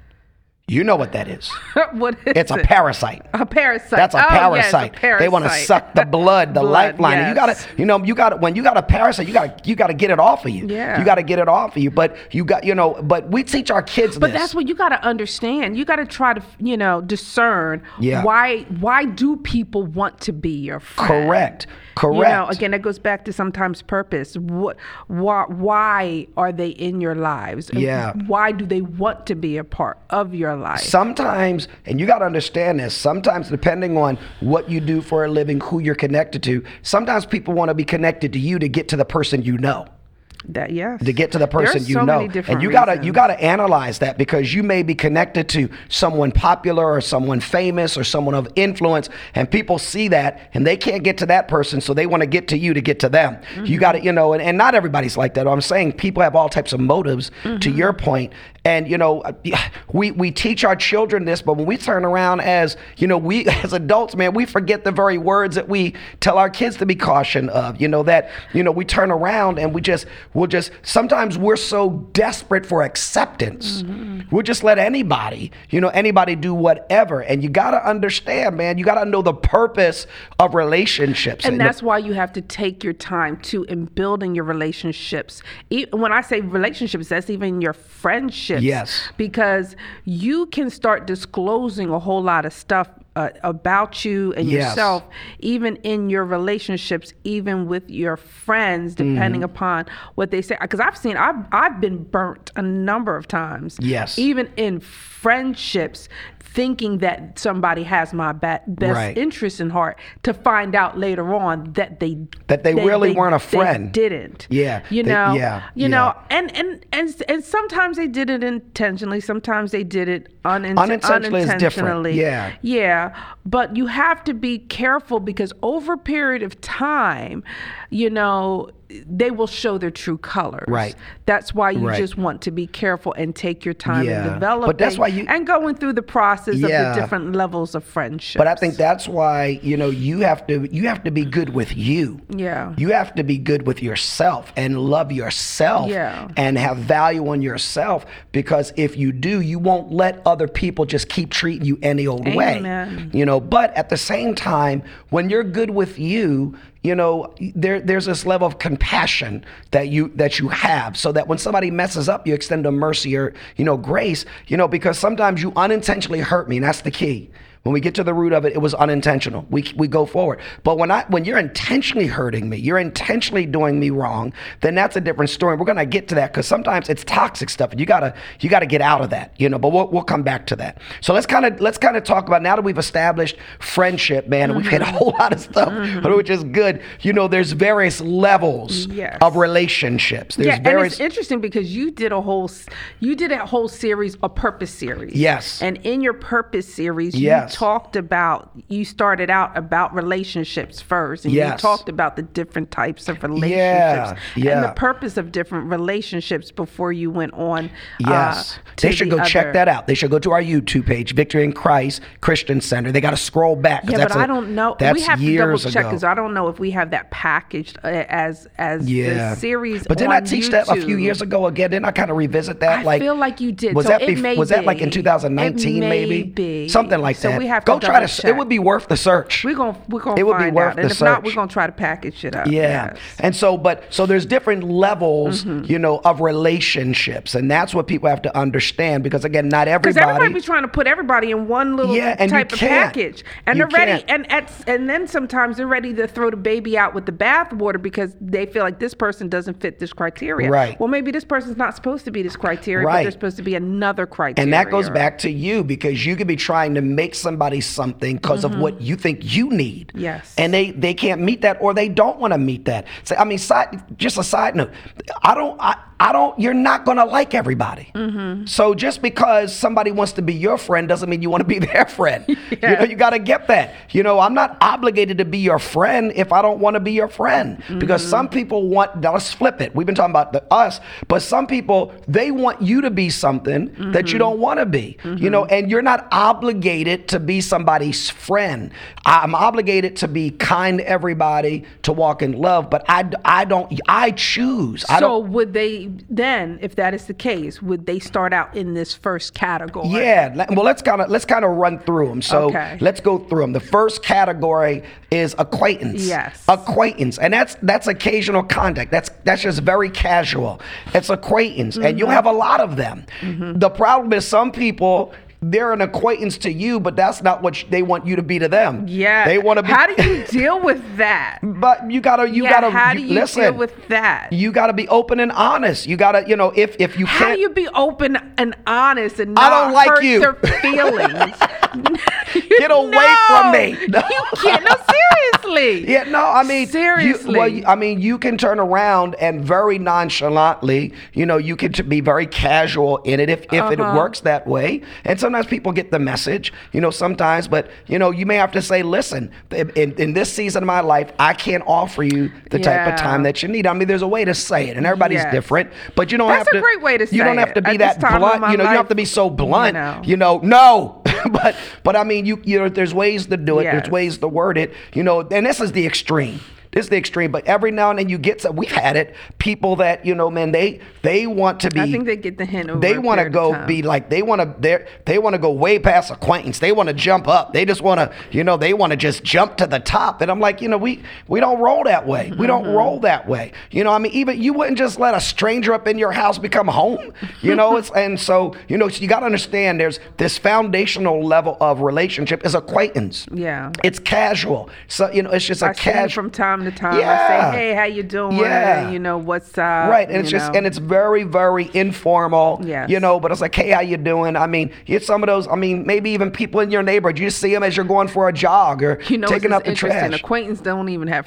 [SPEAKER 1] You know what that is.
[SPEAKER 2] what is
[SPEAKER 1] It's a
[SPEAKER 2] it?
[SPEAKER 1] parasite.
[SPEAKER 2] A parasite.
[SPEAKER 1] That's a,
[SPEAKER 2] Oh, yeah,
[SPEAKER 1] parasite.
[SPEAKER 2] it's a
[SPEAKER 1] They want to
[SPEAKER 2] parasite.
[SPEAKER 1] suck the blood, the
[SPEAKER 2] Blood,
[SPEAKER 1] lifeline. And You gotta,
[SPEAKER 2] yes.
[SPEAKER 1] you know, you got to when you got a parasite, you got to you got to get it off of you.
[SPEAKER 2] Yeah.
[SPEAKER 1] You got to get it off of you. But you got, you know, but we teach our kids
[SPEAKER 2] But
[SPEAKER 1] this.
[SPEAKER 2] that's what you got to understand. You got to try to, you know, discern
[SPEAKER 1] Yeah.
[SPEAKER 2] why why do people want to be your friend?
[SPEAKER 1] correct. Correct.
[SPEAKER 2] You know, again, that goes back to sometimes purpose. What, why, why are they in your lives? And
[SPEAKER 1] Yeah.
[SPEAKER 2] Why do they want to be a part of your life?
[SPEAKER 1] Sometimes, and you got to understand this, sometimes depending on what you do for a living, who you're connected to, sometimes people want to be connected to you to get to the person you know.
[SPEAKER 2] that yes.
[SPEAKER 1] to get to the
[SPEAKER 2] There are
[SPEAKER 1] person you
[SPEAKER 2] so
[SPEAKER 1] know.
[SPEAKER 2] many different
[SPEAKER 1] and you gotta you
[SPEAKER 2] reasons.
[SPEAKER 1] gotta analyze that because you may be connected to someone popular or someone famous or someone of influence, and people see that and they can't get to that person, so they want to get to you to get to them.
[SPEAKER 2] Mm-hmm.
[SPEAKER 1] You gotta, you know, and, and not everybody's like that. I'm saying people have all types of motives to your
[SPEAKER 2] Mm-hmm.
[SPEAKER 1] point. And you know, we we teach our children this, but when we turn around as, you know, we as adults, man, we forget the very words that we tell our kids to be cautioned of. You know, that, you know, we turn around and we just we'll just sometimes we're so desperate for acceptance.
[SPEAKER 2] Mm-hmm.
[SPEAKER 1] We'll just let anybody, you know, anybody do whatever. And you gotta understand, man, you gotta know the purpose of relationships.
[SPEAKER 2] and
[SPEAKER 1] the-
[SPEAKER 2] that's why you have to take your time to in building your relationships. E- When I say relationships, that's even your friendships.
[SPEAKER 1] Yes.
[SPEAKER 2] because you can start disclosing a whole lot of stuff uh, about you and
[SPEAKER 1] Yes.
[SPEAKER 2] yourself, even in your relationships, even with your friends,
[SPEAKER 1] Mm-hmm.
[SPEAKER 2] depending upon what they say. Because I've seen, I've I've been burnt a number of times.
[SPEAKER 1] Yes.
[SPEAKER 2] even in friendships. Thinking that somebody has my ba- best
[SPEAKER 1] Right.
[SPEAKER 2] interest in heart to find out later on that they
[SPEAKER 1] That they really weren't a
[SPEAKER 2] they
[SPEAKER 1] friend.
[SPEAKER 2] didn't
[SPEAKER 1] Yeah,
[SPEAKER 2] you
[SPEAKER 1] they-
[SPEAKER 2] know
[SPEAKER 1] yeah,
[SPEAKER 2] you
[SPEAKER 1] yeah.
[SPEAKER 2] know and and and and sometimes they did it intentionally sometimes they did it uninten-
[SPEAKER 1] Unintentionally
[SPEAKER 2] unintentionally
[SPEAKER 1] is different, yeah.
[SPEAKER 2] yeah but you have to be careful because over a period of time you know they will show their true colors
[SPEAKER 1] Right.
[SPEAKER 2] that's why you
[SPEAKER 1] Right.
[SPEAKER 2] just want to be careful and take your time
[SPEAKER 1] Yeah.
[SPEAKER 2] in developing
[SPEAKER 1] But that's why you-
[SPEAKER 2] and going through the process
[SPEAKER 1] Yeah.
[SPEAKER 2] of the different levels of friendship
[SPEAKER 1] But I think that's why you know you have to you have to be good with you.
[SPEAKER 2] Yeah.
[SPEAKER 1] You have to be good with yourself and love yourself.
[SPEAKER 2] Yeah.
[SPEAKER 1] And have value on yourself because if you do, you won't let other people just keep treating you any old
[SPEAKER 2] Amen.
[SPEAKER 1] way. You know. But at the same time, when you're good with you. You know, there, there's this level of compassion that you that you have, so that when somebody messes up, you extend them mercy or you know grace. You know, because sometimes you unintentionally hurt me, and that's the key. When we get to the root of it, it was unintentional. We, we go forward. But when I when you're intentionally hurting me, you're intentionally doing me wrong, then that's a different story. We're gonna get to that because sometimes it's toxic stuff, and you gotta you gotta get out of that, you know. But we'll, we'll come back to that. So let's kind of let's kind of talk about now that we've established friendship, man, and we've
[SPEAKER 2] Mm-hmm.
[SPEAKER 1] hit a whole lot of stuff, which is good. You know, there's various levels
[SPEAKER 2] Yes.
[SPEAKER 1] of relationships. There's
[SPEAKER 2] yeah, and
[SPEAKER 1] various
[SPEAKER 2] it's interesting because you did a whole, s- you did a whole series, a purpose series.
[SPEAKER 1] Yes.
[SPEAKER 2] And in your purpose series,
[SPEAKER 1] Yes. Yes.
[SPEAKER 2] talked about you started out about relationships first, and
[SPEAKER 1] Yes.
[SPEAKER 2] you talked about the different types of relationships and
[SPEAKER 1] yeah.
[SPEAKER 2] the purpose of different relationships before you went on.
[SPEAKER 1] Yes.
[SPEAKER 2] uh,
[SPEAKER 1] they
[SPEAKER 2] to
[SPEAKER 1] should
[SPEAKER 2] the
[SPEAKER 1] go check
[SPEAKER 2] other-
[SPEAKER 1] that out. They should go to our YouTube page, Victory in Christ Christian Center. They got to scroll back. 'cause
[SPEAKER 2] Yeah,
[SPEAKER 1] that's
[SPEAKER 2] but I
[SPEAKER 1] I
[SPEAKER 2] I don't know.
[SPEAKER 1] That's
[SPEAKER 2] we have to double
[SPEAKER 1] years
[SPEAKER 2] check
[SPEAKER 1] ago.
[SPEAKER 2] because I don't know if we have that packaged uh, as as
[SPEAKER 1] yeah.
[SPEAKER 2] the series.
[SPEAKER 1] But didn't
[SPEAKER 2] on
[SPEAKER 1] I teach that a few
[SPEAKER 2] YouTube.
[SPEAKER 1] years ago again? Didn't I kind of revisit that?
[SPEAKER 2] I
[SPEAKER 1] like,
[SPEAKER 2] feel like you did.
[SPEAKER 1] Was
[SPEAKER 2] So
[SPEAKER 1] that
[SPEAKER 2] it
[SPEAKER 1] bef-
[SPEAKER 2] may
[SPEAKER 1] was that like in
[SPEAKER 2] be.
[SPEAKER 1] 2019
[SPEAKER 2] It may
[SPEAKER 1] maybe?
[SPEAKER 2] be.
[SPEAKER 1] Something like
[SPEAKER 2] So
[SPEAKER 1] that.
[SPEAKER 2] we have to
[SPEAKER 1] go try to.
[SPEAKER 2] double
[SPEAKER 1] s- It
[SPEAKER 2] check.
[SPEAKER 1] would be worth the search.
[SPEAKER 2] We're gonna we're gonna
[SPEAKER 1] It would be
[SPEAKER 2] find
[SPEAKER 1] worth
[SPEAKER 2] out, and
[SPEAKER 1] the
[SPEAKER 2] if not, we're
[SPEAKER 1] search.
[SPEAKER 2] gonna try to package it up.
[SPEAKER 1] Yeah.
[SPEAKER 2] Yes. Mm-hmm.
[SPEAKER 1] And so, but so there's different levels, you know, of relationships. And that's what people have to understand because, again, not
[SPEAKER 2] Because
[SPEAKER 1] everybody.
[SPEAKER 2] everybody be trying to put everybody in one little
[SPEAKER 1] Yeah, and you
[SPEAKER 2] type of
[SPEAKER 1] can't.
[SPEAKER 2] package, and
[SPEAKER 1] You
[SPEAKER 2] they're ready,
[SPEAKER 1] can't.
[SPEAKER 2] and at, and then sometimes they're ready to throw the baby out with the bathwater because they feel like this person doesn't fit this criteria.
[SPEAKER 1] Right.
[SPEAKER 2] Well, maybe this person's not supposed to be this criteria, but
[SPEAKER 1] Right.
[SPEAKER 2] they're supposed to be another criteria.
[SPEAKER 1] and that goes back to you because you could be trying to make somebody something because of what you think you need.
[SPEAKER 2] Mm-hmm. Yes.
[SPEAKER 1] And they they can't meet that or they don't want to meet that. So I mean, side, just a side note. I don't. I, I don't. You're not gonna like everybody.
[SPEAKER 2] Mm-hmm.
[SPEAKER 1] So just because somebody wants to be your friend doesn't mean you want to be their friend. You know,
[SPEAKER 2] Yeah.
[SPEAKER 1] you got to get that. You know, I'm not obligated to be your friend if I don't want to be your friend because some people want. Now let's flip it. We've been talking about the us, but some people they want you to be something that you don't want to be. You know, and you're not obligated to be somebody's friend. I'm obligated to be kind to everybody, to walk in love, but I I don't I choose. I
[SPEAKER 2] So
[SPEAKER 1] don't.
[SPEAKER 2] would they then, if that is the case, would they start out in this first category?
[SPEAKER 1] Yeah, le- well let's kind of let's kind of run through them. So
[SPEAKER 2] Okay.
[SPEAKER 1] let's go through them. The first category is acquaintance.
[SPEAKER 2] Yes.
[SPEAKER 1] acquaintance, and that's that's occasional contact. That's that's just very casual. It's acquaintance, and
[SPEAKER 2] Mm-hmm.
[SPEAKER 1] you'll have a lot of them. The problem is some people. They're an acquaintance to you, but that's not what sh- they want you to be to them.
[SPEAKER 2] Yeah.
[SPEAKER 1] they want to be.
[SPEAKER 2] How do you deal with that?
[SPEAKER 1] But you gotta, you
[SPEAKER 2] Yeah,
[SPEAKER 1] gotta.
[SPEAKER 2] how do you deal
[SPEAKER 1] listen,
[SPEAKER 2] with that?
[SPEAKER 1] You gotta be open and honest. You gotta, you know, if if you
[SPEAKER 2] How
[SPEAKER 1] can't,
[SPEAKER 2] do you be open and honest and not
[SPEAKER 1] I don't like
[SPEAKER 2] hurt
[SPEAKER 1] you.
[SPEAKER 2] their feelings?
[SPEAKER 1] Get away from me. No.
[SPEAKER 2] You can't. No, seriously.
[SPEAKER 1] Yeah, no, I mean, You, well,
[SPEAKER 2] Seriously.
[SPEAKER 1] you- I mean, you can turn around and very nonchalantly, you know, you can t- be very casual in it if, if it
[SPEAKER 2] Uh-huh.
[SPEAKER 1] works that way. And sometimes people get the message, you know, sometimes, but, you know, you may have to say, listen, in, in- in this season of my life, I can't offer you the type
[SPEAKER 2] Yeah.
[SPEAKER 1] of time that you need. I mean, there's a way to say it, and everybody's
[SPEAKER 2] Yes.
[SPEAKER 1] different, but you don't
[SPEAKER 2] That's
[SPEAKER 1] have to.
[SPEAKER 2] a great way to
[SPEAKER 1] You
[SPEAKER 2] say
[SPEAKER 1] don't have to
[SPEAKER 2] it.
[SPEAKER 1] be
[SPEAKER 2] At this
[SPEAKER 1] that
[SPEAKER 2] time of
[SPEAKER 1] blunt.
[SPEAKER 2] my
[SPEAKER 1] You know, you don't have
[SPEAKER 2] life,
[SPEAKER 1] to be so
[SPEAKER 2] you
[SPEAKER 1] blunt.
[SPEAKER 2] know.
[SPEAKER 1] You know, no. but but I mean, you you know, there's ways to do it. There's
[SPEAKER 2] Yes.
[SPEAKER 1] ways ways to word it, you know, and this is the extreme. This is the extreme, but every now and then you get some. We've had it. People that you know, man, they they want to be.
[SPEAKER 2] I think they get the hint. Over
[SPEAKER 1] they want to go be like they want to. They they want to go way past acquaintance. They want to jump up. They just want to, you know, they want to just jump to the top. And I'm like, you know, we we don't roll that way. We
[SPEAKER 2] Mm-hmm.
[SPEAKER 1] don't roll that way. You know, I mean, even you wouldn't just let a stranger up in your house become home. You know, it's and so you know, so you got to understand. There's this foundational level of relationship is acquaintance.
[SPEAKER 2] Yeah.
[SPEAKER 1] It's casual. So you know, it's just a
[SPEAKER 2] I see them
[SPEAKER 1] casual.
[SPEAKER 2] from time to time.
[SPEAKER 1] Yeah.
[SPEAKER 2] I say, hey, how you doing?
[SPEAKER 1] Yeah.
[SPEAKER 2] You know, what's up?
[SPEAKER 1] Right, and it's
[SPEAKER 2] uh, you
[SPEAKER 1] just
[SPEAKER 2] know.
[SPEAKER 1] and it's very very informal,
[SPEAKER 2] Yes.
[SPEAKER 1] you know. But it's like, hey, how you doing? I mean, it's some of those. I mean, maybe even people in your neighborhood. You just see them as you're going for a jog or
[SPEAKER 2] you know, it's
[SPEAKER 1] taking
[SPEAKER 2] just
[SPEAKER 1] out the
[SPEAKER 2] interesting.
[SPEAKER 1] trash.
[SPEAKER 2] Acquaintance don't even have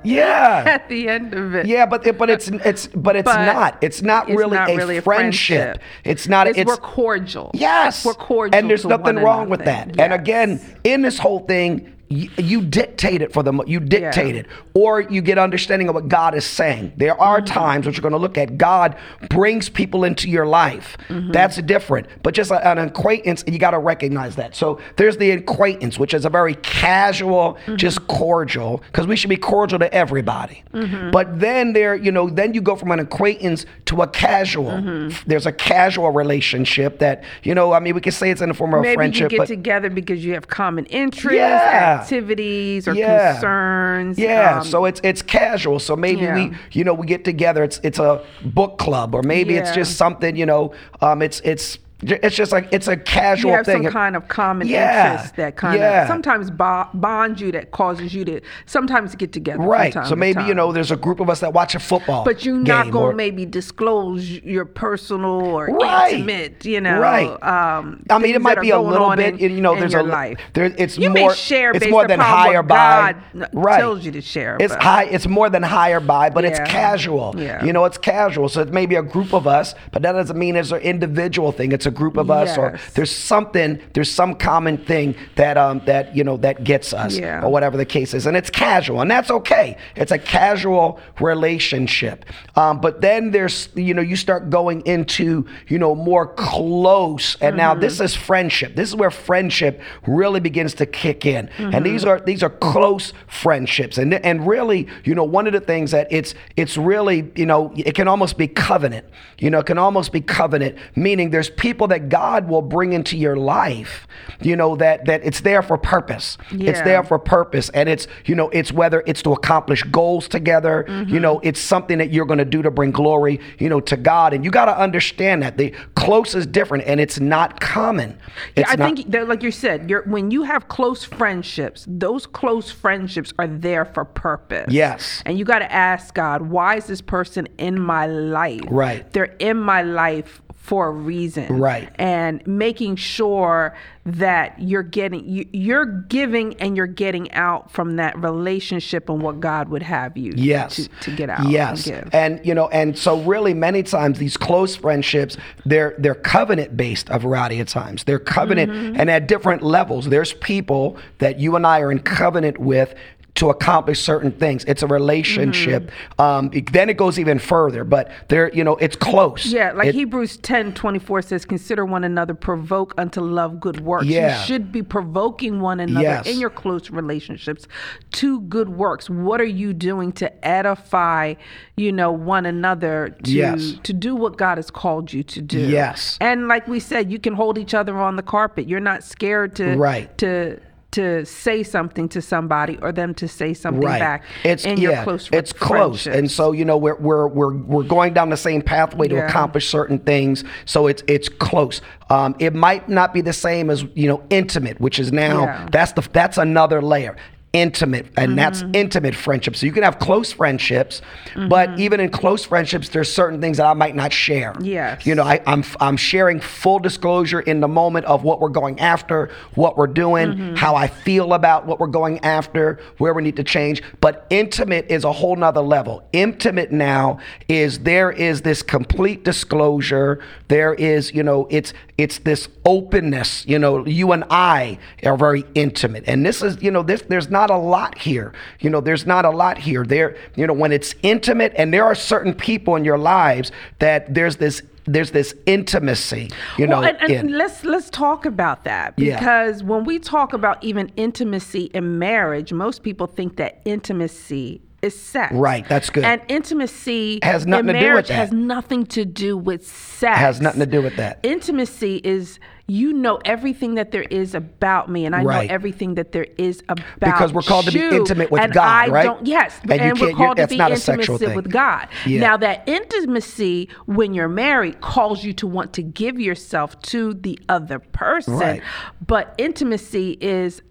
[SPEAKER 1] Yeah.
[SPEAKER 2] At the end of it.
[SPEAKER 1] Yeah, but it, but it's it's but it's
[SPEAKER 2] But
[SPEAKER 1] not. It's not
[SPEAKER 2] it's
[SPEAKER 1] really,
[SPEAKER 2] not
[SPEAKER 1] a,
[SPEAKER 2] really a
[SPEAKER 1] friendship.
[SPEAKER 2] friendship.
[SPEAKER 1] It's not.
[SPEAKER 2] It's,
[SPEAKER 1] It's,
[SPEAKER 2] we're cordial.
[SPEAKER 1] yes.
[SPEAKER 2] We're cordial.
[SPEAKER 1] And there's
[SPEAKER 2] to
[SPEAKER 1] nothing
[SPEAKER 2] one
[SPEAKER 1] wrong with
[SPEAKER 2] another.
[SPEAKER 1] that. And
[SPEAKER 2] Yes.
[SPEAKER 1] again, in this whole thing. You, you dictate it for them. You dictate it, or you get understanding of what God is saying. There are
[SPEAKER 2] Mm-hmm.
[SPEAKER 1] times which you're going to look at. God brings people into your life.
[SPEAKER 2] Mm-hmm.
[SPEAKER 1] That's different. But just a- an acquaintance, you got to recognize that. So there's the acquaintance, which is a very casual,
[SPEAKER 2] Mm-hmm.
[SPEAKER 1] just cordial, because we should be cordial to everybody.
[SPEAKER 2] Mm-hmm.
[SPEAKER 1] But then there, you know, then you go from an acquaintance to a casual.
[SPEAKER 2] Mm-hmm.
[SPEAKER 1] There's a casual relationship that, you know, I mean, we can say it's in the form of a
[SPEAKER 2] Maybe
[SPEAKER 1] friendship,
[SPEAKER 2] you get
[SPEAKER 1] but
[SPEAKER 2] together because you have common interests,
[SPEAKER 1] Yeah.
[SPEAKER 2] activities, or
[SPEAKER 1] Yeah.
[SPEAKER 2] concerns.
[SPEAKER 1] Yeah,
[SPEAKER 2] um,
[SPEAKER 1] so it's it's casual. So maybe
[SPEAKER 2] Yeah.
[SPEAKER 1] we, you know, we get together. It's it's a book club, or maybe it's
[SPEAKER 2] Yeah.
[SPEAKER 1] just something. You know, um, it's it's it's just like it's a
[SPEAKER 2] you
[SPEAKER 1] casual
[SPEAKER 2] have
[SPEAKER 1] thing.
[SPEAKER 2] some kind of common
[SPEAKER 1] Yeah.
[SPEAKER 2] interest that kind
[SPEAKER 1] Yeah.
[SPEAKER 2] of sometimes bo- bonds you that causes you to sometimes get together. from
[SPEAKER 1] right.
[SPEAKER 2] time
[SPEAKER 1] So
[SPEAKER 2] to
[SPEAKER 1] maybe you
[SPEAKER 2] time.
[SPEAKER 1] know, there's a group of us that watch a football.
[SPEAKER 2] But you're not
[SPEAKER 1] game
[SPEAKER 2] gonna
[SPEAKER 1] or-
[SPEAKER 2] maybe disclose your personal or
[SPEAKER 1] Right.
[SPEAKER 2] intimate, you know.
[SPEAKER 1] Right.
[SPEAKER 2] Um,
[SPEAKER 1] I mean, it
[SPEAKER 2] things
[SPEAKER 1] might
[SPEAKER 2] that
[SPEAKER 1] be
[SPEAKER 2] are
[SPEAKER 1] a
[SPEAKER 2] going
[SPEAKER 1] little
[SPEAKER 2] on
[SPEAKER 1] bit.
[SPEAKER 2] in-
[SPEAKER 1] you know,
[SPEAKER 2] in
[SPEAKER 1] there's
[SPEAKER 2] your
[SPEAKER 1] a
[SPEAKER 2] life.
[SPEAKER 1] There, it's
[SPEAKER 2] you
[SPEAKER 1] more.
[SPEAKER 2] may share.
[SPEAKER 1] it's
[SPEAKER 2] based
[SPEAKER 1] more than
[SPEAKER 2] upon
[SPEAKER 1] higher
[SPEAKER 2] what
[SPEAKER 1] by.
[SPEAKER 2] God
[SPEAKER 1] right.
[SPEAKER 2] tells you to share.
[SPEAKER 1] It's
[SPEAKER 2] but-
[SPEAKER 1] high. It's more than higher by, but it's
[SPEAKER 2] Yeah.
[SPEAKER 1] casual.
[SPEAKER 2] Yeah.
[SPEAKER 1] You know, it's casual. So it may be a group of us, but that doesn't mean it's an individual thing. It's a group of us, or
[SPEAKER 2] Yes.
[SPEAKER 1] there's something, there's some common thing that um that you know that gets us,
[SPEAKER 2] Yeah.
[SPEAKER 1] or whatever the case is, and it's casual, and that's okay. It's a casual relationship. Um, but then there's you know you start going into you know more close, and now this is friendship. This is where friendship really begins to kick in, and these are these are close friendships, and and really you know one of the things that it's it's really you know it can almost be covenant. You know, it can almost be covenant, meaning there's people that God will bring into your life. You know that that it's there for purpose. It's
[SPEAKER 2] Yeah.
[SPEAKER 1] there for purpose, and it's you know it's whether it's to accomplish goals together.
[SPEAKER 2] Mm-hmm.
[SPEAKER 1] You know, it's something that you're going to do to bring glory. You know, to God, and you got to understand that the close is different, and it's not common.
[SPEAKER 2] Yeah,
[SPEAKER 1] It's
[SPEAKER 2] I
[SPEAKER 1] not-
[SPEAKER 2] think that, like you said, you're, when you have close friendships, those close friendships are there for purpose.
[SPEAKER 1] Yes.
[SPEAKER 2] And you got to ask God, why is this person in my life?
[SPEAKER 1] Right.
[SPEAKER 2] They're in my life for a reason.
[SPEAKER 1] Right.
[SPEAKER 2] And making sure that you're getting, you, you're giving and you're getting out from that relationship and what God would have you
[SPEAKER 1] Yes.
[SPEAKER 2] to, to get out.
[SPEAKER 1] Yes.
[SPEAKER 2] And give.
[SPEAKER 1] And you know, and so really many times these close friendships, they're they're covenant based a variety of times. They're covenant
[SPEAKER 2] Mm-hmm.
[SPEAKER 1] and at different levels. There's people that you and I are in covenant with to accomplish certain things. It's a relationship. Um,
[SPEAKER 2] Mm-hmm.
[SPEAKER 1] it- then it goes even further, but there, you know, it's close.
[SPEAKER 2] Yeah, like
[SPEAKER 1] It-
[SPEAKER 2] Hebrews 10 24 says, Consider one another, provoke unto love good works.
[SPEAKER 1] Yeah.
[SPEAKER 2] You should be provoking one another
[SPEAKER 1] Yes.
[SPEAKER 2] in your close relationships to good works. What are you doing to edify, you know, one another to
[SPEAKER 1] Yes.
[SPEAKER 2] to do what God has called you to do?
[SPEAKER 1] Yes.
[SPEAKER 2] And like we said, you can hold each other on the carpet. You're not scared to
[SPEAKER 1] Right.
[SPEAKER 2] to to say something to somebody or them to say something back
[SPEAKER 1] It's
[SPEAKER 2] in
[SPEAKER 1] yeah,
[SPEAKER 2] your close re-
[SPEAKER 1] it's close, and
[SPEAKER 2] friendships.
[SPEAKER 1] so you know we're we're we're we're going down the same pathway to
[SPEAKER 2] Yeah.
[SPEAKER 1] accomplish certain things. So it's it's close. Um, it might not be the same as you know intimate, which is now
[SPEAKER 2] Yeah. Mm-hmm.
[SPEAKER 1] that's the that's another layer. Intimate, and that's intimate friendships. So you can have close friendships, but
[SPEAKER 2] Mm-hmm.
[SPEAKER 1] even in close friendships, there's certain things that I might not share.
[SPEAKER 2] Yes.
[SPEAKER 1] you know, I, I'm I'm sharing full disclosure in the moment of what we're going after, what we're doing, how I feel about what we're going after, where we need to change. But intimate is a whole nother level. Intimate now is there is this complete disclosure. There is, you know, it's it's this openness. You know, you and I are very intimate. And this is, you know, this there's not a lot here. You know, there's not a lot here. There, you know, when it's intimate and there are certain people in your lives that there's this there's this intimacy, you know.
[SPEAKER 2] well, and, and
[SPEAKER 1] in-
[SPEAKER 2] let's let's talk about that
[SPEAKER 1] Yeah.
[SPEAKER 2] because when we talk about even intimacy in marriage, most people think that intimacy is sex.
[SPEAKER 1] Right, that's good.
[SPEAKER 2] And intimacy
[SPEAKER 1] Has nothing
[SPEAKER 2] in
[SPEAKER 1] to do with
[SPEAKER 2] marriage
[SPEAKER 1] that.
[SPEAKER 2] Has nothing to do with sex.
[SPEAKER 1] Has nothing to do with that.
[SPEAKER 2] Intimacy is you know everything that there is about me, and I
[SPEAKER 1] Right.
[SPEAKER 2] know everything that there is about
[SPEAKER 1] Because we're called to be
[SPEAKER 2] you,
[SPEAKER 1] intimate with
[SPEAKER 2] and
[SPEAKER 1] God,
[SPEAKER 2] I
[SPEAKER 1] right?
[SPEAKER 2] Don't, yes,
[SPEAKER 1] And you
[SPEAKER 2] we're
[SPEAKER 1] can't- you're-
[SPEAKER 2] called to
[SPEAKER 1] that's
[SPEAKER 2] be
[SPEAKER 1] not a
[SPEAKER 2] intimate
[SPEAKER 1] sexual thing.
[SPEAKER 2] with God.
[SPEAKER 1] Yeah.
[SPEAKER 2] Now that intimacy when you're married calls you to want to give yourself to the other person
[SPEAKER 1] Right.
[SPEAKER 2] but intimacy is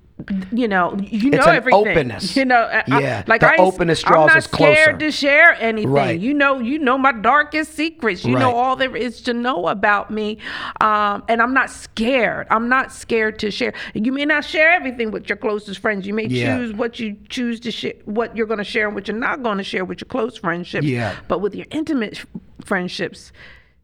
[SPEAKER 2] you know you know
[SPEAKER 1] It's an
[SPEAKER 2] everything
[SPEAKER 1] openness.
[SPEAKER 2] you know I- I-
[SPEAKER 1] Yeah.
[SPEAKER 2] like
[SPEAKER 1] The
[SPEAKER 2] I ain't-
[SPEAKER 1] openness draws
[SPEAKER 2] I'm not
[SPEAKER 1] us closer.
[SPEAKER 2] scared to share anything
[SPEAKER 1] Right.
[SPEAKER 2] you know you know my darkest secrets you know
[SPEAKER 1] Right.
[SPEAKER 2] all there is to know about me um, and I'm not scared I'm not scared to share you may not share everything with your closest friends you may
[SPEAKER 1] Yeah.
[SPEAKER 2] choose what you choose to share what you're going to share and what you're not going to share with your close friendships
[SPEAKER 1] Yeah.
[SPEAKER 2] but with your intimate f- friendships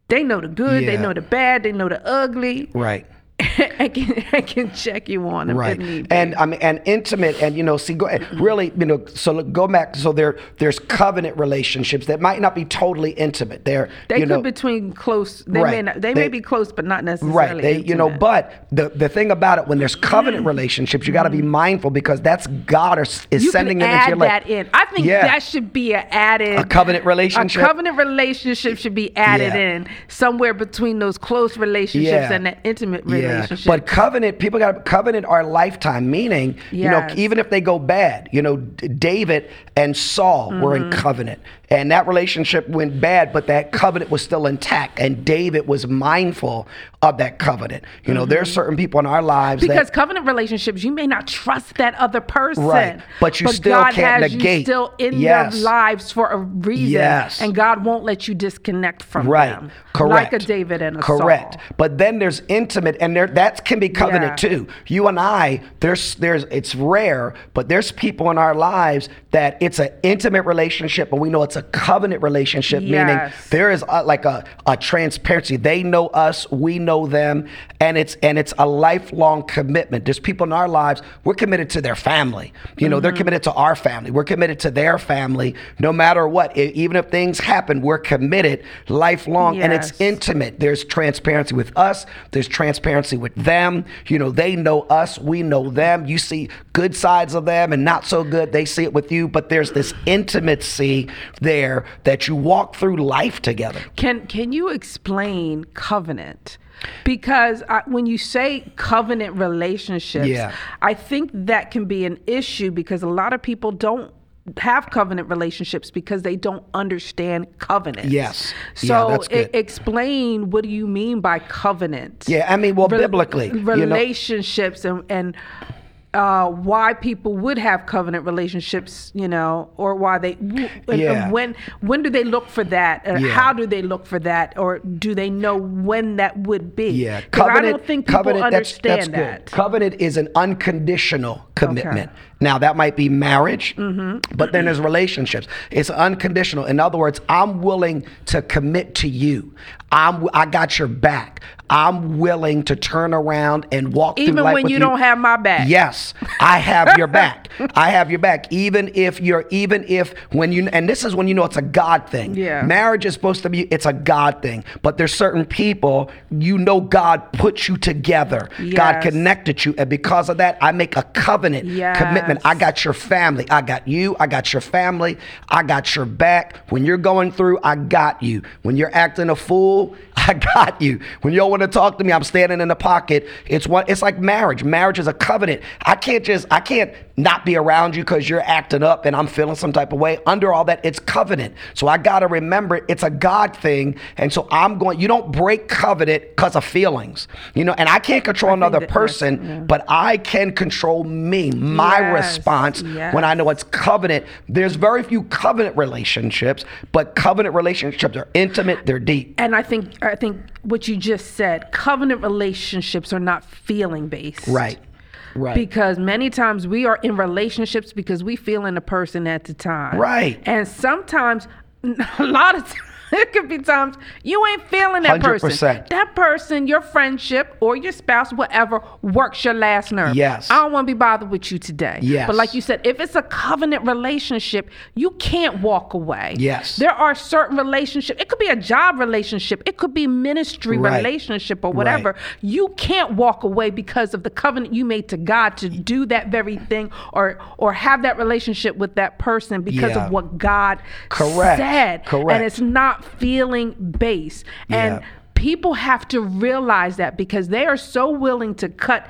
[SPEAKER 2] they know the good they
[SPEAKER 1] Yeah.
[SPEAKER 2] know the bad they know the ugly
[SPEAKER 1] right.
[SPEAKER 2] I can I can check you on if
[SPEAKER 1] right
[SPEAKER 2] it need be.
[SPEAKER 1] and i mean and intimate and you know see go, really you know so look, go back so there there's covenant relationships that might not be totally intimate they're
[SPEAKER 2] they
[SPEAKER 1] you
[SPEAKER 2] could
[SPEAKER 1] know
[SPEAKER 2] between close. They may
[SPEAKER 1] Right.
[SPEAKER 2] not, they, may
[SPEAKER 1] They-
[SPEAKER 2] be close, but not necessarily.
[SPEAKER 1] Right, they, you know,
[SPEAKER 2] intimate. Mm.
[SPEAKER 1] but the the thing about it when there's covenant relationships, you got to be mindful because that's God is, is
[SPEAKER 2] you
[SPEAKER 1] sending
[SPEAKER 2] can
[SPEAKER 1] them into your
[SPEAKER 2] add
[SPEAKER 1] life.
[SPEAKER 2] that in. I think
[SPEAKER 1] Yeah.
[SPEAKER 2] that should be an added
[SPEAKER 1] A covenant relationship?
[SPEAKER 2] A covenant relationship should be added
[SPEAKER 1] Yeah.
[SPEAKER 2] in somewhere between those close relationships
[SPEAKER 1] Yeah.
[SPEAKER 2] and that intimate
[SPEAKER 1] Yeah.
[SPEAKER 2] relationship.
[SPEAKER 1] But covenant, people got covenant are lifetime, meaning you
[SPEAKER 2] Yes.
[SPEAKER 1] know, even if they go bad, you know, D- David and Saul were in
[SPEAKER 2] Mm-hmm.
[SPEAKER 1] covenant, and that relationship went bad, but that covenant was still intact, and David was mindful of that covenant. You know, there's certain people in our lives
[SPEAKER 2] Mm-hmm. because
[SPEAKER 1] that.
[SPEAKER 2] covenant relationships, you may not trust that other person,
[SPEAKER 1] Right. But you still
[SPEAKER 2] God
[SPEAKER 1] can't
[SPEAKER 2] has You
[SPEAKER 1] negate.
[SPEAKER 2] still in
[SPEAKER 1] Yes.
[SPEAKER 2] their lives for a reason,
[SPEAKER 1] Yes.
[SPEAKER 2] and God won't let you disconnect from
[SPEAKER 1] Right,
[SPEAKER 2] them,
[SPEAKER 1] correct.
[SPEAKER 2] Like a David and a
[SPEAKER 1] correct.
[SPEAKER 2] Saul.
[SPEAKER 1] But then there's intimate, and there that can be covenant
[SPEAKER 2] Yeah.
[SPEAKER 1] too. You and I, there's there's it's rare, but there's people in our lives that it's an intimate relationship, but we know it's a covenant relationship, meaning
[SPEAKER 2] Yes.
[SPEAKER 1] there is a, like a, a transparency. They know us, we know them, and it's and it's a lifelong commitment. There's people in our lives we're committed to their family. You know, they're committed to our family. We're committed to their family, no matter what. E- even if things happen, we're committed lifelong, and it's
[SPEAKER 2] Yes.
[SPEAKER 1] in intimate. There's transparency with us. There's transparency with them. You know, they know us. We know them. You see good sides of them and not so good. They see it with you. But there's this intimacy there that you walk through life together.
[SPEAKER 2] Can can you explain covenant? Because I, when you say covenant relationships,
[SPEAKER 1] Yeah.
[SPEAKER 2] I think that can be an issue because a lot of people don't have covenant relationships because they don't understand covenant.
[SPEAKER 1] Yes. Yeah,
[SPEAKER 2] So
[SPEAKER 1] that's
[SPEAKER 2] e-
[SPEAKER 1] good.
[SPEAKER 2] explain what do you mean by covenant?
[SPEAKER 1] Yeah, I mean, well,
[SPEAKER 2] Rel-
[SPEAKER 1] biblically, you know-
[SPEAKER 2] relationships and and uh, why people would have covenant relationships, you know, or why they and- and
[SPEAKER 1] Yeah.
[SPEAKER 2] when when do they look for that? Or
[SPEAKER 1] Yeah.
[SPEAKER 2] How do they look for that? Or do they know when that would be?
[SPEAKER 1] Yeah,
[SPEAKER 2] 'Cause I don't think people
[SPEAKER 1] that's-
[SPEAKER 2] understand
[SPEAKER 1] that's
[SPEAKER 2] that.
[SPEAKER 1] Good. Covenant is an unconditional commitment. Now that might be marriage,
[SPEAKER 2] Mm-hmm.
[SPEAKER 1] but then there's relationships. It's unconditional. In other words, I'm willing to commit to you. I'm I got your back. I'm willing to turn around and walk through
[SPEAKER 2] Even
[SPEAKER 1] life
[SPEAKER 2] when
[SPEAKER 1] with
[SPEAKER 2] you don't have my back.
[SPEAKER 1] Yes, I have your back. I have your back. Even if you're, even if when you, and this is when you know it's a God thing.
[SPEAKER 2] Yeah.
[SPEAKER 1] Marriage is supposed to be, it's a God thing. But there's certain people, you know, God put you together. God
[SPEAKER 2] Yes.
[SPEAKER 1] connected you. And because of that, I make a covenant
[SPEAKER 2] Yes.
[SPEAKER 1] commitment. I got your family. I got you. I got your family. I got your back. When you're going through, I got you. When you're acting a fool, I got you. When you don't want to talk to me, I'm standing in the pocket. It's one. It's like marriage. Marriage is a covenant. I can't just. I can't not be around you because you're acting up and I'm feeling some type of way. Under all that, it's covenant. So I gotta remember it's a God thing, and so I'm going. You don't break covenant because of feelings, you know. And I can't control another
[SPEAKER 2] that- yes,
[SPEAKER 1] person, but I can control me, my
[SPEAKER 2] Yes,
[SPEAKER 1] response when I
[SPEAKER 2] yes.
[SPEAKER 1] know know it's covenant. There's very few covenant relationships, but covenant relationships are intimate, they're deep.
[SPEAKER 2] and I think I think what you just said, covenant relationships are not feeling based.
[SPEAKER 1] Right. Right.
[SPEAKER 2] Because many times we are in relationships because we feel in a person at the time.
[SPEAKER 1] Right.
[SPEAKER 2] And sometimes, a lot of times, it could be times you ain't feeling that person.
[SPEAKER 1] 100%.
[SPEAKER 2] That person, your friendship or your spouse, whatever, works your last nerve.
[SPEAKER 1] Yes.
[SPEAKER 2] I don't want to be bothered with you today.
[SPEAKER 1] Yes.
[SPEAKER 2] But like you said, if it's a covenant relationship, you can't walk away.
[SPEAKER 1] Yes.
[SPEAKER 2] There are certain relationships. It could be a job relationship. It could be ministry
[SPEAKER 1] Right.
[SPEAKER 2] relationship or whatever.
[SPEAKER 1] Right.
[SPEAKER 2] You can't walk away because of the covenant you made to God to do that very thing or or have that relationship with that person because
[SPEAKER 1] Yeah.
[SPEAKER 2] of what God
[SPEAKER 1] Correct.
[SPEAKER 2] said.
[SPEAKER 1] Correct.
[SPEAKER 2] And it's not feeling based. And
[SPEAKER 1] Yeah.
[SPEAKER 2] people have to realize that because they are so willing to cut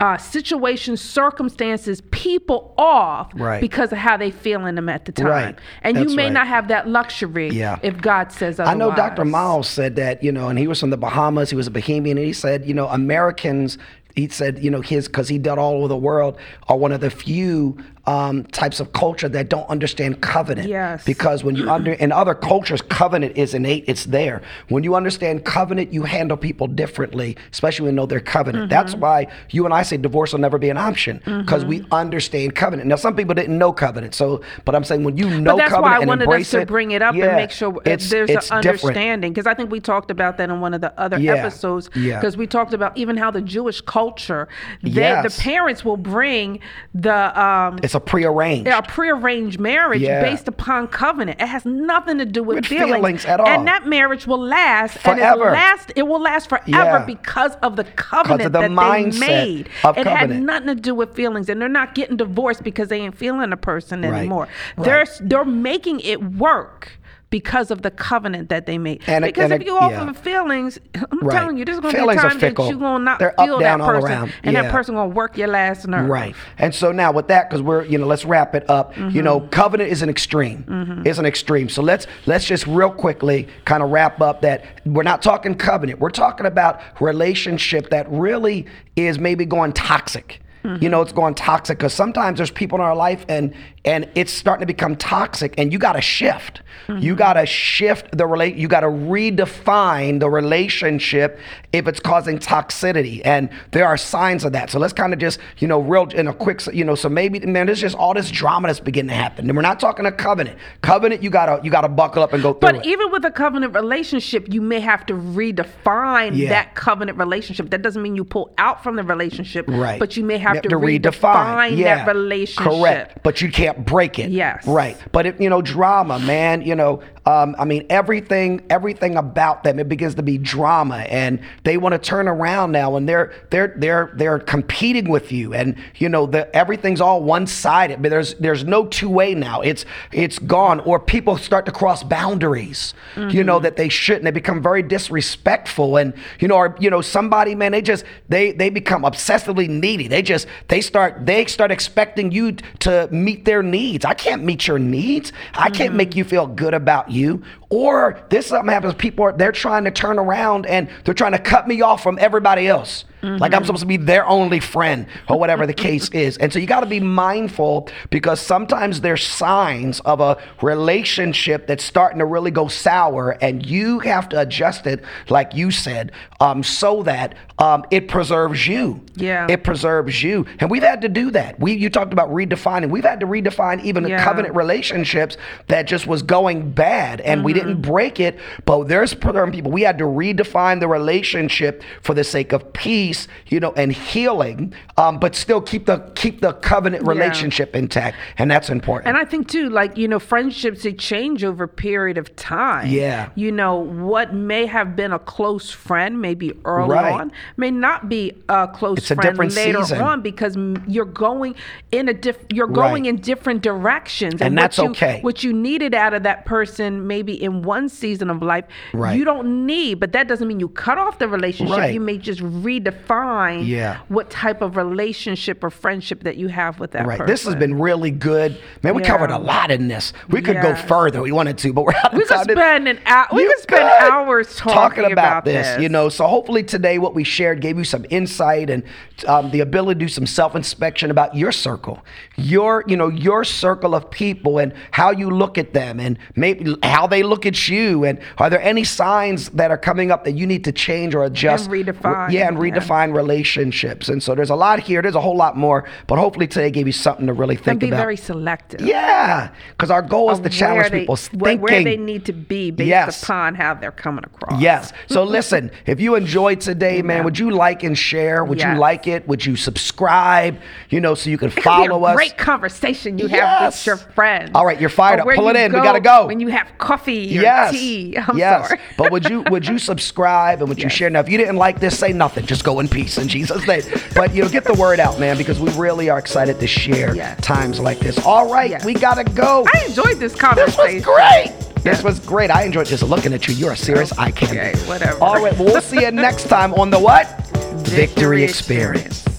[SPEAKER 2] uh, situations, circumstances, people off
[SPEAKER 1] Right.
[SPEAKER 2] because of how they feeling them at the time,
[SPEAKER 1] Right.
[SPEAKER 2] and
[SPEAKER 1] That's
[SPEAKER 2] you may
[SPEAKER 1] right.
[SPEAKER 2] not have that luxury
[SPEAKER 1] Yeah.
[SPEAKER 2] if God says
[SPEAKER 1] I
[SPEAKER 2] otherwise.
[SPEAKER 1] know Dr. Miles said that, you know, and he was from the Bahamas, he was a Bohemian, and he said, you know, Americans, he said, you know, his, because he done all over the world, are one of the few um, types of culture that don't understand covenant.
[SPEAKER 2] Yes.
[SPEAKER 1] Because when you under, in other cultures, covenant is innate, it's there. When you understand covenant, you handle people differently, especially when you know they're covenant. That's why you and I say divorce will never be an option, because we understand covenant. Now, some people didn't know covenant, so, but I'm saying when you know
[SPEAKER 2] but that's
[SPEAKER 1] covenant
[SPEAKER 2] why I
[SPEAKER 1] and
[SPEAKER 2] wanted
[SPEAKER 1] embrace
[SPEAKER 2] us to
[SPEAKER 1] it,
[SPEAKER 2] bring it up
[SPEAKER 1] yeah,
[SPEAKER 2] and make sure that
[SPEAKER 1] it's-
[SPEAKER 2] there's
[SPEAKER 1] it's
[SPEAKER 2] an
[SPEAKER 1] different.
[SPEAKER 2] understanding because I think we talked about that in one of the other
[SPEAKER 1] Yeah.
[SPEAKER 2] episodes because
[SPEAKER 1] Yeah.
[SPEAKER 2] we talked about even how the Jewish culture, they,
[SPEAKER 1] Yes.
[SPEAKER 2] the parents will bring the um,
[SPEAKER 1] It's a prearranged.
[SPEAKER 2] a prearranged marriage
[SPEAKER 1] Yeah.
[SPEAKER 2] based upon covenant. It has nothing to do with,
[SPEAKER 1] With feelings at all.
[SPEAKER 2] And that marriage will last And
[SPEAKER 1] Forever.
[SPEAKER 2] it'll last, it will last forever
[SPEAKER 1] Yeah.
[SPEAKER 2] because of the covenant
[SPEAKER 1] the
[SPEAKER 2] that
[SPEAKER 1] mindset
[SPEAKER 2] they made.
[SPEAKER 1] of
[SPEAKER 2] it had
[SPEAKER 1] covenant.
[SPEAKER 2] nothing to do with feelings, and they're not getting divorced because they ain't feeling a person anymore.
[SPEAKER 1] Right.
[SPEAKER 2] They're they're making it work. Because of the covenant that they made.
[SPEAKER 1] And a-
[SPEAKER 2] because
[SPEAKER 1] and
[SPEAKER 2] if
[SPEAKER 1] a-
[SPEAKER 2] you go off
[SPEAKER 1] yeah.
[SPEAKER 2] of feelings, I'm
[SPEAKER 1] Right.
[SPEAKER 2] telling you, there's going to be a
[SPEAKER 1] Feelings are
[SPEAKER 2] time that
[SPEAKER 1] fickle.
[SPEAKER 2] you're going to not
[SPEAKER 1] They're up,
[SPEAKER 2] feel
[SPEAKER 1] down,
[SPEAKER 2] that
[SPEAKER 1] all
[SPEAKER 2] person,
[SPEAKER 1] around.
[SPEAKER 2] and
[SPEAKER 1] Yeah.
[SPEAKER 2] that person going to work your last nerve.
[SPEAKER 1] Right. And so now with that, because we're you know let's wrap it up. You know,
[SPEAKER 2] Mm-hmm.
[SPEAKER 1] covenant is an extreme. It's an extreme. So let's let's just real quickly kind of wrap up that we're not talking covenant. We're talking about relationship that really is maybe going toxic.
[SPEAKER 2] Mm-hmm.
[SPEAKER 1] You know, it's going toxic because sometimes there's people in our life and and it's starting to become toxic and you got to shift.
[SPEAKER 2] Mm-hmm.
[SPEAKER 1] You got to shift the relate you got to redefine the relationship if it's causing toxicity and there are signs of that. So let's kind of just, you know, real in a quick, you know, so maybe man, there's just all this drama that's beginning to happen. And we're not talking a covenant. Covenant you got to you got to buckle up and go through
[SPEAKER 2] But
[SPEAKER 1] it.
[SPEAKER 2] even with a covenant relationship, you may have to redefine
[SPEAKER 1] Yeah.
[SPEAKER 2] that covenant relationship. That doesn't mean you pull out from the relationship,
[SPEAKER 1] Right.
[SPEAKER 2] But you may have, to, redefine,
[SPEAKER 1] Yeah.
[SPEAKER 2] that relationship.
[SPEAKER 1] Correct. But you can't break it.
[SPEAKER 2] Yes.
[SPEAKER 1] Right. But if you know drama, man, you know, um, I mean everything, everything about them, it begins to be drama, and they want to turn around now, and they're they're they're they're competing with you, and you know the everything's all one sided. But there's there's no two way now. It's it's gone, or people start to cross boundaries, you know, that they shouldn't. They become very disrespectful, and you know, or you know, somebody, man, they just they they become obsessively needy. They just they start they start expecting you t- to meet their needs. I can't meet your needs. I can't make you feel good about you. Or this something happens. People are they're trying to turn around and they're trying to cut me off from everybody else. Like I'm supposed to be their only friend or whatever the case is. And so you got to be mindful because sometimes there's signs of a relationship that's starting to really go sour and you have to adjust it, like you said, um, so that um, it preserves you.
[SPEAKER 2] Yeah.
[SPEAKER 1] It preserves you. And we've had to do that. We you talked about redefining. We've had to redefine even the
[SPEAKER 2] Yeah.
[SPEAKER 1] covenant relationships that just was going bad and we didn't break it, but there's certain people we had to redefine the relationship for the sake of peace, you know, and healing, um, but still keep the keep the covenant relationship intact. And that's important.
[SPEAKER 2] And I think too, like you know, friendships they change over a period of time.
[SPEAKER 1] Yeah.
[SPEAKER 2] You know what may have been a close friend, maybe early
[SPEAKER 1] Right.
[SPEAKER 2] on, may not be a close
[SPEAKER 1] It's a
[SPEAKER 2] friend
[SPEAKER 1] different
[SPEAKER 2] later
[SPEAKER 1] season.
[SPEAKER 2] on because m- you're going in a diff. You're
[SPEAKER 1] Right.
[SPEAKER 2] going in different directions,
[SPEAKER 1] And
[SPEAKER 2] what
[SPEAKER 1] that's
[SPEAKER 2] you-
[SPEAKER 1] okay.
[SPEAKER 2] What you needed out of that person, maybe in one season of life,
[SPEAKER 1] Right.
[SPEAKER 2] you don't need. But that doesn't mean you cut off the relationship.
[SPEAKER 1] Right.
[SPEAKER 2] You may just redefine
[SPEAKER 1] Yeah.
[SPEAKER 2] what type of relationship or friendship that you have with that
[SPEAKER 1] Right.
[SPEAKER 2] person.
[SPEAKER 1] This has been really good. Man, we
[SPEAKER 2] Yeah.
[SPEAKER 1] covered a lot in this. We could go
[SPEAKER 2] Yes.
[SPEAKER 1] further. if We wanted to, but we're out of
[SPEAKER 2] We could
[SPEAKER 1] time.
[SPEAKER 2] spend an hour- we
[SPEAKER 1] You
[SPEAKER 2] could spend hours talking about this.
[SPEAKER 1] You know, so hopefully today what we shared gave you some insight and um, the ability to do some self-inspection about your circle, your you know your circle of people and how you look at them and maybe how they look at you and are there any signs that are coming up that you need to change or adjust?
[SPEAKER 2] redefine.
[SPEAKER 1] Yeah, and
[SPEAKER 2] Yeah.
[SPEAKER 1] redefine relationships. And so there's a lot here. There's a whole lot more. But hopefully today gave you something to really think
[SPEAKER 2] and be
[SPEAKER 1] about.
[SPEAKER 2] very selective.
[SPEAKER 1] yeah, because our goal is
[SPEAKER 2] of
[SPEAKER 1] to challenge
[SPEAKER 2] where they-
[SPEAKER 1] people's
[SPEAKER 2] wh-
[SPEAKER 1] thinking.
[SPEAKER 2] where they need to be based
[SPEAKER 1] Yes.
[SPEAKER 2] upon how they're coming across.
[SPEAKER 1] Yes. So listen, if you enjoyed today, man, would you like and share? Would
[SPEAKER 2] Yes.
[SPEAKER 1] you like it? Would you subscribe? You know, so you can
[SPEAKER 2] It could
[SPEAKER 1] follow
[SPEAKER 2] be a
[SPEAKER 1] us.
[SPEAKER 2] Great conversation you have
[SPEAKER 1] Yes.
[SPEAKER 2] with your friends.
[SPEAKER 1] All right, you're fired
[SPEAKER 2] Or
[SPEAKER 1] up.
[SPEAKER 2] where
[SPEAKER 1] Pull it
[SPEAKER 2] you
[SPEAKER 1] in. We gotta go.
[SPEAKER 2] When you have coffee or
[SPEAKER 1] yes.
[SPEAKER 2] tea. I'm
[SPEAKER 1] yes.
[SPEAKER 2] sorry.
[SPEAKER 1] but would you would you subscribe and would you
[SPEAKER 2] Yes.
[SPEAKER 1] share? Now, if you didn't like this, say nothing. Just go in peace in Jesus' name. but you know, get the word out, man, because we really are excited to share
[SPEAKER 2] Yes.
[SPEAKER 1] times like this. All right,
[SPEAKER 2] Yes.
[SPEAKER 1] we gotta go.
[SPEAKER 2] I enjoyed
[SPEAKER 1] This
[SPEAKER 2] this
[SPEAKER 1] was
[SPEAKER 2] conversation.
[SPEAKER 1] great. This was great. I enjoyed just looking at you. You're a serious eye candy.
[SPEAKER 2] Okay, whatever.
[SPEAKER 1] All right. Well, we'll see you next time on the what? Victory,
[SPEAKER 2] Victory
[SPEAKER 1] experience.
[SPEAKER 2] Experience.